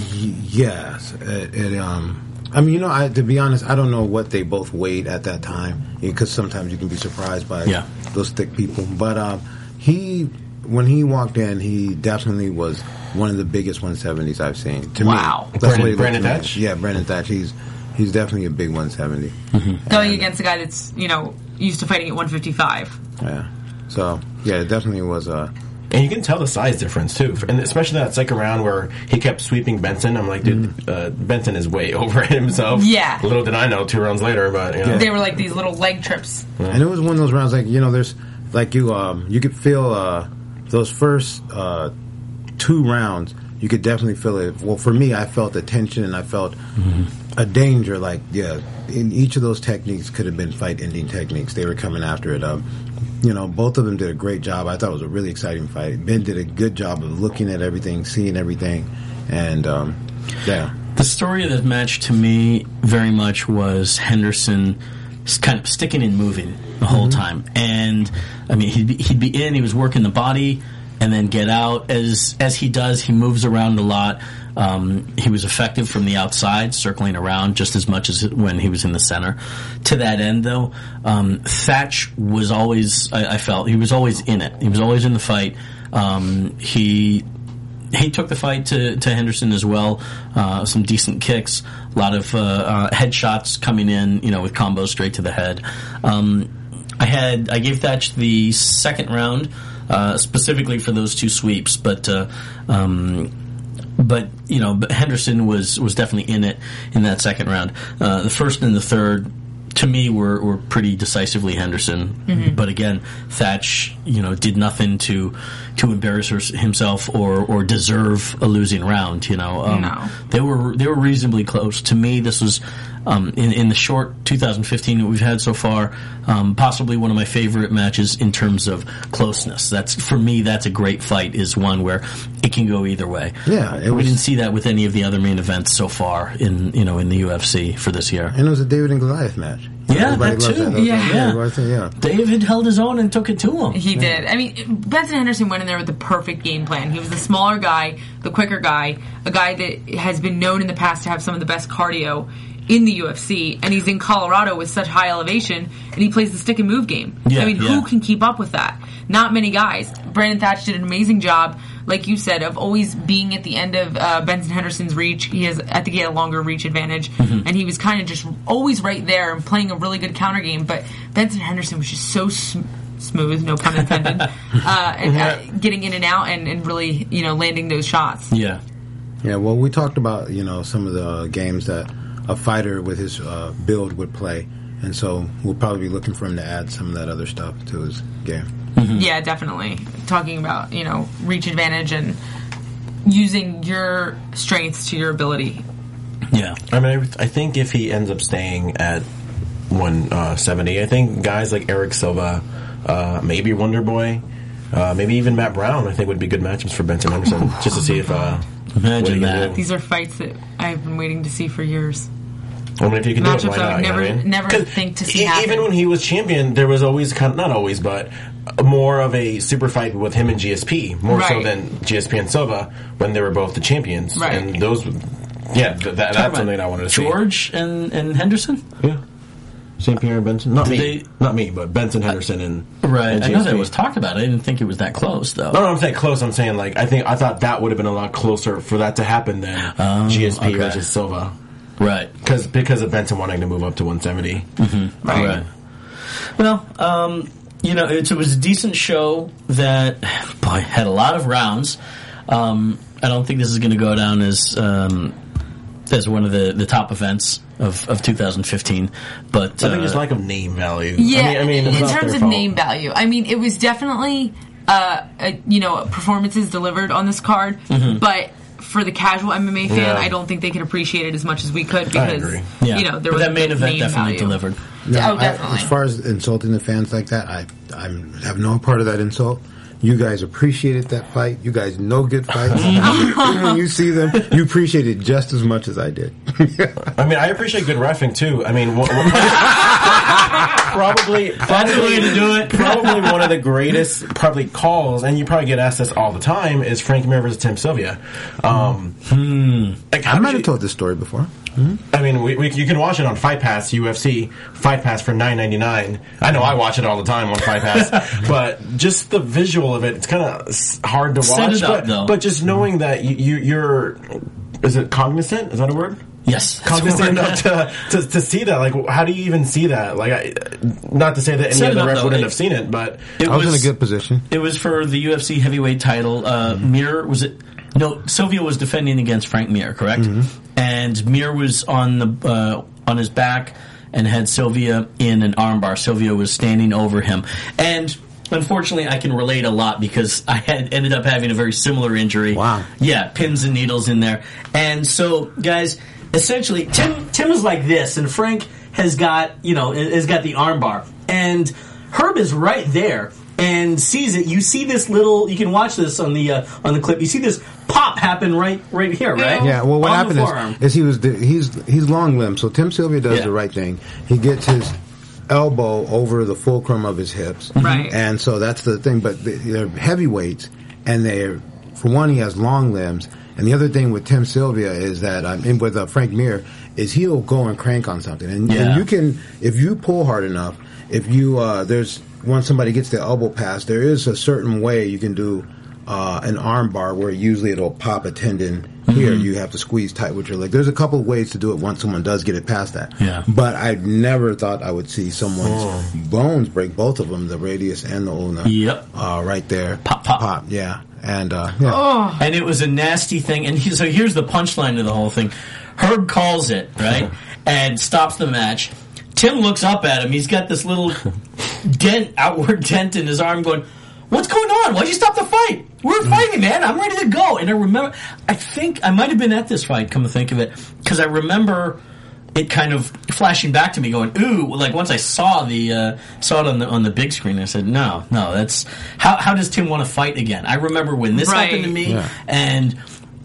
[SPEAKER 5] Yes, it, it, um, I mean, you know, I, to be honest, I don't know what they both weighed at that time because sometimes you can be surprised by
[SPEAKER 4] Yeah.
[SPEAKER 5] those thick people. But um, he, when he walked in, he definitely was one of the biggest 170s I've seen. To
[SPEAKER 3] Wow.
[SPEAKER 5] me, That's the way he
[SPEAKER 6] Brandon-
[SPEAKER 5] looked
[SPEAKER 6] Brandon
[SPEAKER 5] to me.
[SPEAKER 6] Thatch?
[SPEAKER 5] Yeah, Brandon Thatch. He's he's definitely a big 170.
[SPEAKER 3] Going against a guy that's, you know, used to fighting at 155.
[SPEAKER 5] Yeah. So yeah, it definitely was a.
[SPEAKER 6] And you can tell the size difference too, and especially that second round where he kept sweeping Benson. I'm like, dude,
[SPEAKER 4] Mm.
[SPEAKER 6] uh, Benson is way over himself.
[SPEAKER 3] Yeah.
[SPEAKER 6] Little did I know two rounds later, but you know.
[SPEAKER 3] They were like these little leg trips.
[SPEAKER 5] And it was one of those rounds like you know, there's like you um you could feel uh those first uh two rounds you could definitely feel it. Well, for me, I felt the tension and I felt
[SPEAKER 4] Mm-hmm.
[SPEAKER 5] a danger. Like yeah, in each of those techniques could have been fight-ending techniques. They were coming after it. Um, you know, both of them did a great job. I thought it was a really exciting fight. Ben did a good job of looking at everything, seeing everything, and um, yeah.
[SPEAKER 4] The story of this match to me very much was Henderson s- kind of sticking and moving the whole
[SPEAKER 6] Mm-hmm.
[SPEAKER 4] time. And I mean, he'd be, he'd be in, he was working the body, and then get out. As as he does, he moves around a lot. Um, he was effective from the outside, circling around just as much as when he was in the center. To that end, though, um, Thatch was always I, I felt he was always in it. He was always in the fight. Um, he he took the fight to, to Henderson as well. Uh, some decent kicks, a lot of uh, uh, headshots coming in, you know, with combos straight to the head. Um, I had I gave Thatch the second round uh, specifically for those two sweeps, but uh, um, but you know but Henderson was was definitely in it in that second round. Uh, the first and the third. To me, were were pretty decisively Henderson, but again, Thatch, you know, did nothing to to embarrass her, himself or or deserve a losing round. You know, um,
[SPEAKER 3] No.
[SPEAKER 4] they were they were reasonably close. To me, this was um, in in the short 2015 that we've had so far, um, possibly one of my favorite matches in terms of closeness. That's for me, that's a great fight. Is one where it can go either way.
[SPEAKER 5] Yeah, it
[SPEAKER 4] we
[SPEAKER 5] was-
[SPEAKER 4] didn't see that with any of the other main events so far in you know in the UFC for this year.
[SPEAKER 5] And it was a David and Goliath match.
[SPEAKER 4] Yeah,
[SPEAKER 5] Everybody
[SPEAKER 4] that
[SPEAKER 5] loves
[SPEAKER 4] too.
[SPEAKER 5] That.
[SPEAKER 3] Yeah.
[SPEAKER 5] everybody said, yeah.
[SPEAKER 4] David held his own and took it to him.
[SPEAKER 3] He did. I mean, Benson Henderson went in there with the perfect game plan. He was the smaller guy, the quicker guy, a guy that has been known in the past to have some of the best cardio in the UFC, and he's in Colorado with such high elevation, and he plays the stick and move game.
[SPEAKER 4] Yeah,
[SPEAKER 3] I mean,
[SPEAKER 4] yeah.
[SPEAKER 3] who can keep up with that? Not many guys. Brandon Thatch did an amazing job, like you said, of always being at the end of uh, Benson Henderson's reach. He has, I think, he had a longer reach advantage, and he was kind of just always right there and playing a really good counter game. But Benson Henderson was just so sm- smooth, no pun intended, uh, and, uh, getting in and out and, and really, you know, landing those shots.
[SPEAKER 4] Yeah,
[SPEAKER 5] Yeah, well, we talked about you know some of the uh, games that a fighter with his uh, build would play, and so we'll probably be looking for him to add some of that other stuff to his game.
[SPEAKER 3] Yeah, definitely. Talking about, you know, reach advantage and using your strengths to your ability.
[SPEAKER 4] yeah.
[SPEAKER 6] I mean, I, I think if he ends up staying at 170, I think guys like Eric Silva, uh, maybe Wonder Boy, uh, maybe even Matt Brown, I think would be good matchups for Benson Henderson just to see if. Uh,
[SPEAKER 4] Imagine
[SPEAKER 6] what he can
[SPEAKER 4] that.
[SPEAKER 6] do.
[SPEAKER 3] These are fights that I've been waiting to see for years.
[SPEAKER 6] I mean, if you can do it,
[SPEAKER 3] Matchups
[SPEAKER 6] why
[SPEAKER 3] I
[SPEAKER 6] not?
[SPEAKER 3] would
[SPEAKER 6] you know
[SPEAKER 3] never-
[SPEAKER 6] what I mean?
[SPEAKER 3] never
[SPEAKER 6] 'Cause
[SPEAKER 3] think to see
[SPEAKER 6] e-
[SPEAKER 3] happen.
[SPEAKER 6] Even when he was champion, there was always kind of, not always, but more of a super fight with him and GSP, more so
[SPEAKER 3] Right.
[SPEAKER 6] than GSP and Silva when they were both the champions.
[SPEAKER 3] Right.
[SPEAKER 6] And those, yeah, th- that, that's something I wanted to
[SPEAKER 4] George and and Henderson.
[SPEAKER 6] see. Yeah. St. Pierre and Benson, not me,
[SPEAKER 4] they-
[SPEAKER 6] not me, but Benson Henderson and
[SPEAKER 4] Right.
[SPEAKER 6] and
[SPEAKER 4] I know that
[SPEAKER 6] GSP.
[SPEAKER 4] was talked about. I didn't think it was that close though.
[SPEAKER 6] No, no, I'm saying close. I'm saying like I think I thought that would have been a lot closer for that to happen than GSP
[SPEAKER 4] Oh, okay.
[SPEAKER 6] versus Silva
[SPEAKER 4] Right.
[SPEAKER 6] because because of Benson wanting to move up to 170.
[SPEAKER 4] Mm-hmm.
[SPEAKER 3] Right.
[SPEAKER 4] Well, um, you know, it's, it was a decent show that boy had a lot of rounds. Um, I don't think this is going to go down as um, as one of the, the top events of, of 2015, but
[SPEAKER 6] I think it's
[SPEAKER 4] uh,
[SPEAKER 6] lack of name value.
[SPEAKER 3] Yeah,
[SPEAKER 6] I mean, I mean it's
[SPEAKER 3] in
[SPEAKER 6] not
[SPEAKER 3] terms
[SPEAKER 6] their
[SPEAKER 3] of
[SPEAKER 6] fault.
[SPEAKER 3] name value, I mean, it was definitely, uh, a, you know, performances delivered on this card, but for the casual MMA fan,
[SPEAKER 6] Mm-hmm. Yeah.
[SPEAKER 3] I don't think they could appreciate it as much as we could because,
[SPEAKER 6] agree.
[SPEAKER 4] yeah,
[SPEAKER 3] you know, there
[SPEAKER 4] but
[SPEAKER 3] was
[SPEAKER 4] that main
[SPEAKER 3] good
[SPEAKER 4] event
[SPEAKER 3] name
[SPEAKER 4] definitely
[SPEAKER 3] value.
[SPEAKER 4] delivered.
[SPEAKER 5] Now,
[SPEAKER 3] oh,
[SPEAKER 5] I-
[SPEAKER 3] definitely.
[SPEAKER 5] as far as insulting the fans like that, I I have no part of that insult. You guys appreciated that fight. You guys know good fights. when you see them, you appreciate it just as much as I did.
[SPEAKER 6] I mean, I appreciate good refing too. I mean, wha- wha- probably, probably
[SPEAKER 4] the way to do it.
[SPEAKER 6] Probably one of the greatest, probably calls, and you probably get asked this all the time is Frank Mir versus Tim Sylvia. Um,
[SPEAKER 4] Hmm.
[SPEAKER 6] like, how
[SPEAKER 5] I
[SPEAKER 6] did
[SPEAKER 5] might
[SPEAKER 6] you-
[SPEAKER 5] have told this story before.
[SPEAKER 6] I mean, we, we, you can watch it on Fight Pass UFC Fight Pass for nine ninety nine. I know I watch it all the time on Fight Pass, but just the visual of it, it's kind of hard to watch.
[SPEAKER 4] Set it up,
[SPEAKER 6] but,
[SPEAKER 4] though.
[SPEAKER 6] but just knowing that you, you you're is it cognizant? Is that a word?
[SPEAKER 4] Yes.
[SPEAKER 6] Cognizant enough to, to, to see that, like, how do you even see that? Like, I, not to say that any
[SPEAKER 4] Set it
[SPEAKER 6] other
[SPEAKER 4] up,
[SPEAKER 6] ref
[SPEAKER 4] though.
[SPEAKER 6] wouldn't
[SPEAKER 4] It-
[SPEAKER 6] have seen it, but
[SPEAKER 4] It
[SPEAKER 5] I was, in a good Mm-hmm. position.
[SPEAKER 4] It was for the UFC heavyweight title. Uh, Mir was it? No, Sylvia was defending against Frank Mir, correct?
[SPEAKER 5] Mm-hmm.
[SPEAKER 4] And Mir was on the uh, on his back and had Sylvia in an armbar. Sylvia was standing over him, and unfortunately, I can relate a lot because I had ended up having a very similar injury.
[SPEAKER 5] Wow.
[SPEAKER 4] Yeah, pins and needles in there. And so, guys, essentially, Tim Tim is like this, and Frank has got you know has got the armbar, and Herb is right there and sees it. You see this little. You can watch this on the uh, on the clip. You see this pop happen right right here, right?
[SPEAKER 5] Yeah. Well, what
[SPEAKER 4] On the
[SPEAKER 5] happened
[SPEAKER 4] forearm.
[SPEAKER 5] is, is he was he's he's long limbed. So Tim Sylvia does
[SPEAKER 4] Yeah.
[SPEAKER 5] the right thing. He gets his elbow over the fulcrum of his hips,
[SPEAKER 4] Mm-hmm.
[SPEAKER 3] Right.
[SPEAKER 5] And so that's the thing. But they- they're heavyweights, and they're for one, he has long limbs, and the other thing with Tim Sylvia is that I mean, with uh, Frank Mir is he'll go and crank on something, and,
[SPEAKER 4] Yeah.
[SPEAKER 5] and you can if you pull hard enough, if you uh, there's once somebody gets the elbow pass, there is a certain way you can do uh, an arm bar where usually it'll pop a tendon
[SPEAKER 4] Mm-hmm.
[SPEAKER 5] here. You have to squeeze tight with your leg. There's a couple of ways to do it once someone does get it past that.
[SPEAKER 4] Yeah. Oh.
[SPEAKER 5] But I never thought I would see someone's bones break, both of them, the radius and the ulna.
[SPEAKER 4] Yep.
[SPEAKER 5] Uh, right there.
[SPEAKER 4] Pop, Oh, pop.
[SPEAKER 5] Pop, yeah. And, uh, yeah.
[SPEAKER 4] and it was a nasty thing. And he, so here's the punchline to the whole thing: Herb calls it right and stops the match. Tim looks up at him. He's got this little dent, outward dent in his arm, going, "What's going on? Why'd you stop the fight? We're fighting, man. I'm ready to go." And I remember, I think I might have been at this fight. Come to think of it, because I remember it kind of flashing back to me, going, "Ooh!" Like once I saw the uh, saw it on the on the big screen, I said, "No, no, that's how how does Tim want to fight again?" I remember when this
[SPEAKER 3] Right.
[SPEAKER 4] happened to me, and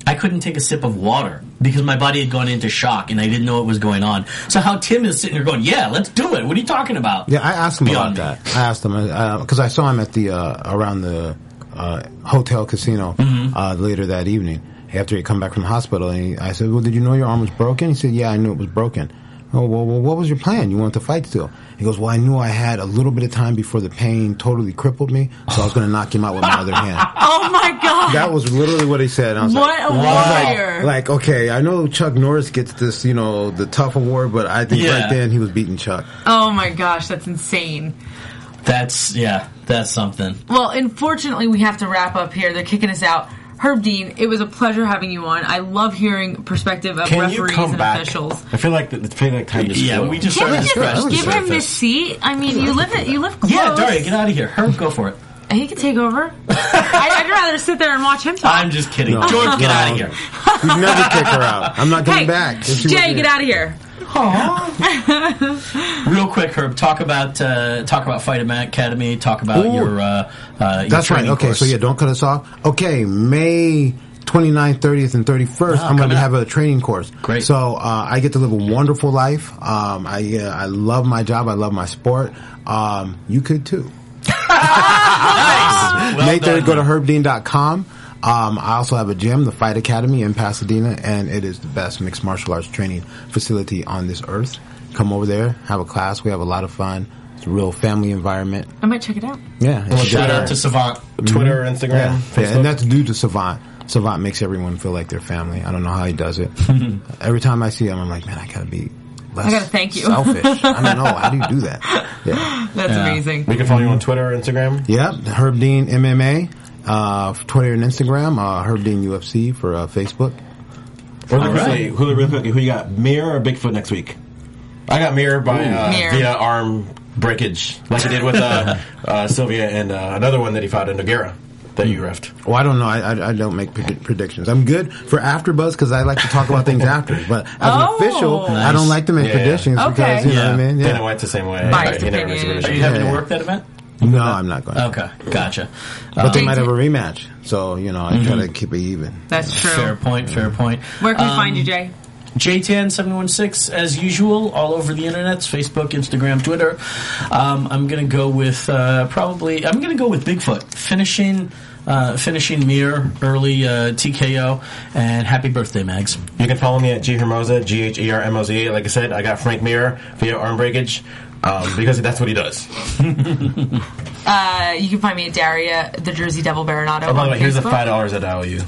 [SPEAKER 4] I couldn't take a sip of water because my body had gone into shock and I didn't know what was going on. So how Tim is sitting there going, "Yeah, let's do it." What are you talking about?
[SPEAKER 5] Yeah, I asked him
[SPEAKER 4] Beyond
[SPEAKER 5] about
[SPEAKER 4] me.
[SPEAKER 5] that. I asked him because I saw him at the uh, around the uh, hotel casino uh, later that evening after he come back from the hospital. And he, I said, "Well, did you know your arm was broken?" He said, "Yeah, I knew it was broken." Oh well, well, what was your plan? You wanted to fight still? He goes, "Well, I knew I had a little bit of time before the pain totally crippled me, so I was going to knock him out with my other hand."
[SPEAKER 3] Oh my god!
[SPEAKER 5] That was literally what he said. and I was
[SPEAKER 3] What
[SPEAKER 5] like,
[SPEAKER 3] a
[SPEAKER 5] I was
[SPEAKER 3] warrior.
[SPEAKER 5] Like, like, okay, I know Chuck Norris gets this, you know, the tough award, but I think
[SPEAKER 4] Yeah.
[SPEAKER 5] right then he was beating Chuck.
[SPEAKER 3] oh my gosh, that's insane.
[SPEAKER 4] That's yeah, that's something.
[SPEAKER 3] Well, unfortunately, we have to wrap up here. They're kicking us out. Herb Dean, it was a pleasure having you on. I love hearing perspective of
[SPEAKER 6] can you
[SPEAKER 3] referees
[SPEAKER 6] come
[SPEAKER 3] and
[SPEAKER 6] back?
[SPEAKER 3] officials.
[SPEAKER 6] I feel like the, I feel like time just
[SPEAKER 4] Yeah,
[SPEAKER 6] flew.
[SPEAKER 4] we just
[SPEAKER 3] Can't
[SPEAKER 4] started
[SPEAKER 3] we
[SPEAKER 4] to
[SPEAKER 3] just
[SPEAKER 4] scratch the
[SPEAKER 3] give him this
[SPEAKER 4] surface.
[SPEAKER 3] seat? I mean, you live it. You live close.
[SPEAKER 4] Yeah, Daria, get out of here. Herb, go for it.
[SPEAKER 3] He could take over. I, I'd rather sit there and watch him talk.
[SPEAKER 4] I'm just kidding. George, get out of here.
[SPEAKER 5] You never kick her out. I'm not coming
[SPEAKER 3] hey,
[SPEAKER 5] back. If she
[SPEAKER 3] Jay,
[SPEAKER 5] wasn't-
[SPEAKER 3] get out of here.
[SPEAKER 4] Real quick, Herb, talk about uh, talk about Fight Academy. Talk about
[SPEAKER 5] Ooh.
[SPEAKER 4] your uh, uh, your
[SPEAKER 5] That's right.
[SPEAKER 4] training
[SPEAKER 5] Okay,
[SPEAKER 4] course.
[SPEAKER 5] so yeah, don't cut us off. Okay, May 29th, 30th, and 31st, I'm going
[SPEAKER 4] coming
[SPEAKER 5] to
[SPEAKER 4] up.
[SPEAKER 5] have a training course.
[SPEAKER 4] Great.
[SPEAKER 5] So uh, I get to live a wonderful life. Um, I uh, I love my job. I love my sport. Um, you could too.
[SPEAKER 4] nice. Well
[SPEAKER 5] May 3rd,
[SPEAKER 4] done.
[SPEAKER 5] go to herbdean.com. Um, I also have a gym, the Fight Academy in Pasadena, and it is the best mixed martial arts training facility on this earth. Come over there, have a class. We have a lot of fun. It's a real family environment.
[SPEAKER 3] I might check it out.
[SPEAKER 5] Yeah. it's-
[SPEAKER 4] Shout out to Savant.
[SPEAKER 6] Twitter, Instagram,
[SPEAKER 5] Yeah,
[SPEAKER 6] Facebook.
[SPEAKER 5] yeah, and that's due to Savant. Savant makes everyone feel like they're family. I don't know how he does it. Every time I see him, I'm like, man, I gotta be less.
[SPEAKER 3] I gotta thank you.
[SPEAKER 5] Selfish. I don't know. How do you do that? Yeah.
[SPEAKER 3] That's amazing.
[SPEAKER 6] we can follow you on Twitter, Instagram.
[SPEAKER 5] Yep. Herb Dean MMA, uh, Twitter and Instagram. Uh, Herb Dean UFC for uh, Facebook.
[SPEAKER 6] Really
[SPEAKER 4] right.
[SPEAKER 6] quickly, who, really quickly, who you got, Mirror or Bigfoot next week? I got Mirror by uh,
[SPEAKER 3] Mirror.
[SPEAKER 6] via arm breakage, like he did with uh, uh, Sylvia and uh, another one that he fought in Noguera that you refed.
[SPEAKER 5] Oh, I don't know. I, I, I don't make pred- predictions. I'm good for after buzz because I like to talk about things after. But as
[SPEAKER 3] Oh.
[SPEAKER 5] an official, I don't like to make
[SPEAKER 6] Yeah, yeah.
[SPEAKER 5] predictions
[SPEAKER 3] Okay.
[SPEAKER 5] because you know
[SPEAKER 4] Yeah.
[SPEAKER 5] what I mean.
[SPEAKER 6] Dana White's the same way.
[SPEAKER 3] Biased
[SPEAKER 6] He never makes
[SPEAKER 3] opinion.
[SPEAKER 4] Are
[SPEAKER 6] a prediction.
[SPEAKER 4] you having
[SPEAKER 5] Yeah.
[SPEAKER 4] to work that event?
[SPEAKER 5] No, I'm not going.
[SPEAKER 4] Okay, gotcha.
[SPEAKER 5] But they
[SPEAKER 3] Um,
[SPEAKER 5] might have a rematch, so you know I try to keep it even.
[SPEAKER 3] That's true.
[SPEAKER 4] Fair point. Fair point.
[SPEAKER 3] Where can we
[SPEAKER 4] Um,
[SPEAKER 3] find you, Jay?
[SPEAKER 4] JTAN seven one six as usual, all over the internet, Facebook, Instagram, Twitter. Um, I'm gonna go with uh, probably. I'm gonna go with Bigfoot finishing. Uh, finishing Mir early uh, TKO and happy birthday, Mags.
[SPEAKER 6] You can follow me at G Hermosa, G H E R M O Z A. Like I said, I got Frank Mir via arm breakage um, because that's what he does.
[SPEAKER 3] Uh, you can find me at Daria, the Jersey Devil Baronato.
[SPEAKER 6] Oh, by
[SPEAKER 3] on
[SPEAKER 6] the way, here's the
[SPEAKER 3] Facebook.
[SPEAKER 6] five dollars that I owe you.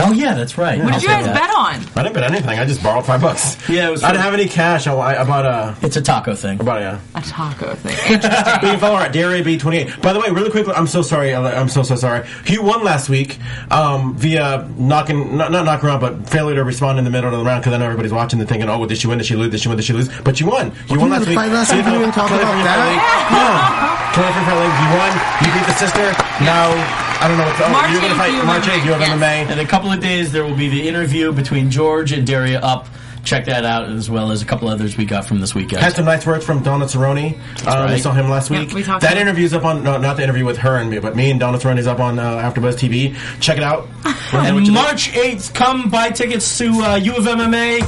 [SPEAKER 4] Oh yeah, that's right.
[SPEAKER 3] What did you guys bet on?
[SPEAKER 6] I didn't bet anything. I just borrowed five bucks.
[SPEAKER 4] Yeah, it was
[SPEAKER 6] I didn't
[SPEAKER 4] for-
[SPEAKER 6] have any cash. I, I bought a.
[SPEAKER 4] It's a taco thing.
[SPEAKER 6] I bought a.
[SPEAKER 3] A taco thing.
[SPEAKER 6] You
[SPEAKER 3] Interesting.
[SPEAKER 6] can follow her at DairyB28. By the way, really quickly, I'm so sorry. I'm so so sorry. He won last week um, via knocking, not, not knocking around, but failure to respond in the middle of the round because I know everybody's watching and thinking, "Oh, well, did she win? Did she lose? Did she win? Did she lose?" But you won. You
[SPEAKER 5] didn't
[SPEAKER 6] won last week.
[SPEAKER 5] fight last week? We didn't talk
[SPEAKER 6] Claire
[SPEAKER 5] about
[SPEAKER 6] Fairley.
[SPEAKER 3] that.
[SPEAKER 6] Yeah, Claire Fairley, you won. You beat the sister. Now I don't know what. Oh,
[SPEAKER 3] March
[SPEAKER 6] you're going to
[SPEAKER 3] 8th, you
[SPEAKER 6] fight March
[SPEAKER 3] win.
[SPEAKER 6] 8th. You have
[SPEAKER 3] Yes.
[SPEAKER 6] MMA.
[SPEAKER 4] In a couple of days, there will be the interview between George and Daria up. Check that out, as well as a couple others we got from this weekend.
[SPEAKER 6] Had some nice words from Donna Cerrone. Um, We
[SPEAKER 4] right.
[SPEAKER 6] saw him last week.
[SPEAKER 3] we talked
[SPEAKER 6] that
[SPEAKER 3] about-
[SPEAKER 6] interview's up on, no, not the interview with her and me, but me and Donna Cerrone's up on uh, AfterBuzz TV. Check it out. What
[SPEAKER 4] And
[SPEAKER 6] you think?
[SPEAKER 4] March 8th, come buy tickets to uh, U of MMA.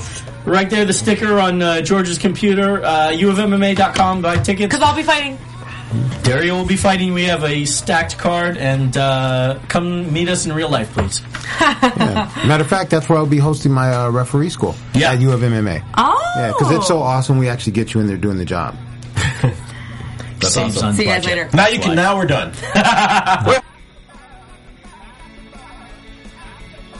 [SPEAKER 4] Right there, the sticker on uh, George's computer. Uh, UofMMA.com, buy tickets.
[SPEAKER 3] Because I'll be fighting.
[SPEAKER 4] Daria will be fighting. We have a stacked card. And uh, come meet us in real life, please.
[SPEAKER 5] Yeah. Matter of fact, that's where I'll be hosting my uh, referee school
[SPEAKER 4] Yeah.
[SPEAKER 5] at U of MMA.
[SPEAKER 3] Oh.
[SPEAKER 5] yeah, because it's so awesome. We actually get you in there doing the job.
[SPEAKER 4] Saves on
[SPEAKER 3] See you guys
[SPEAKER 4] budget.
[SPEAKER 3] later.
[SPEAKER 6] Now you can. Now we're done.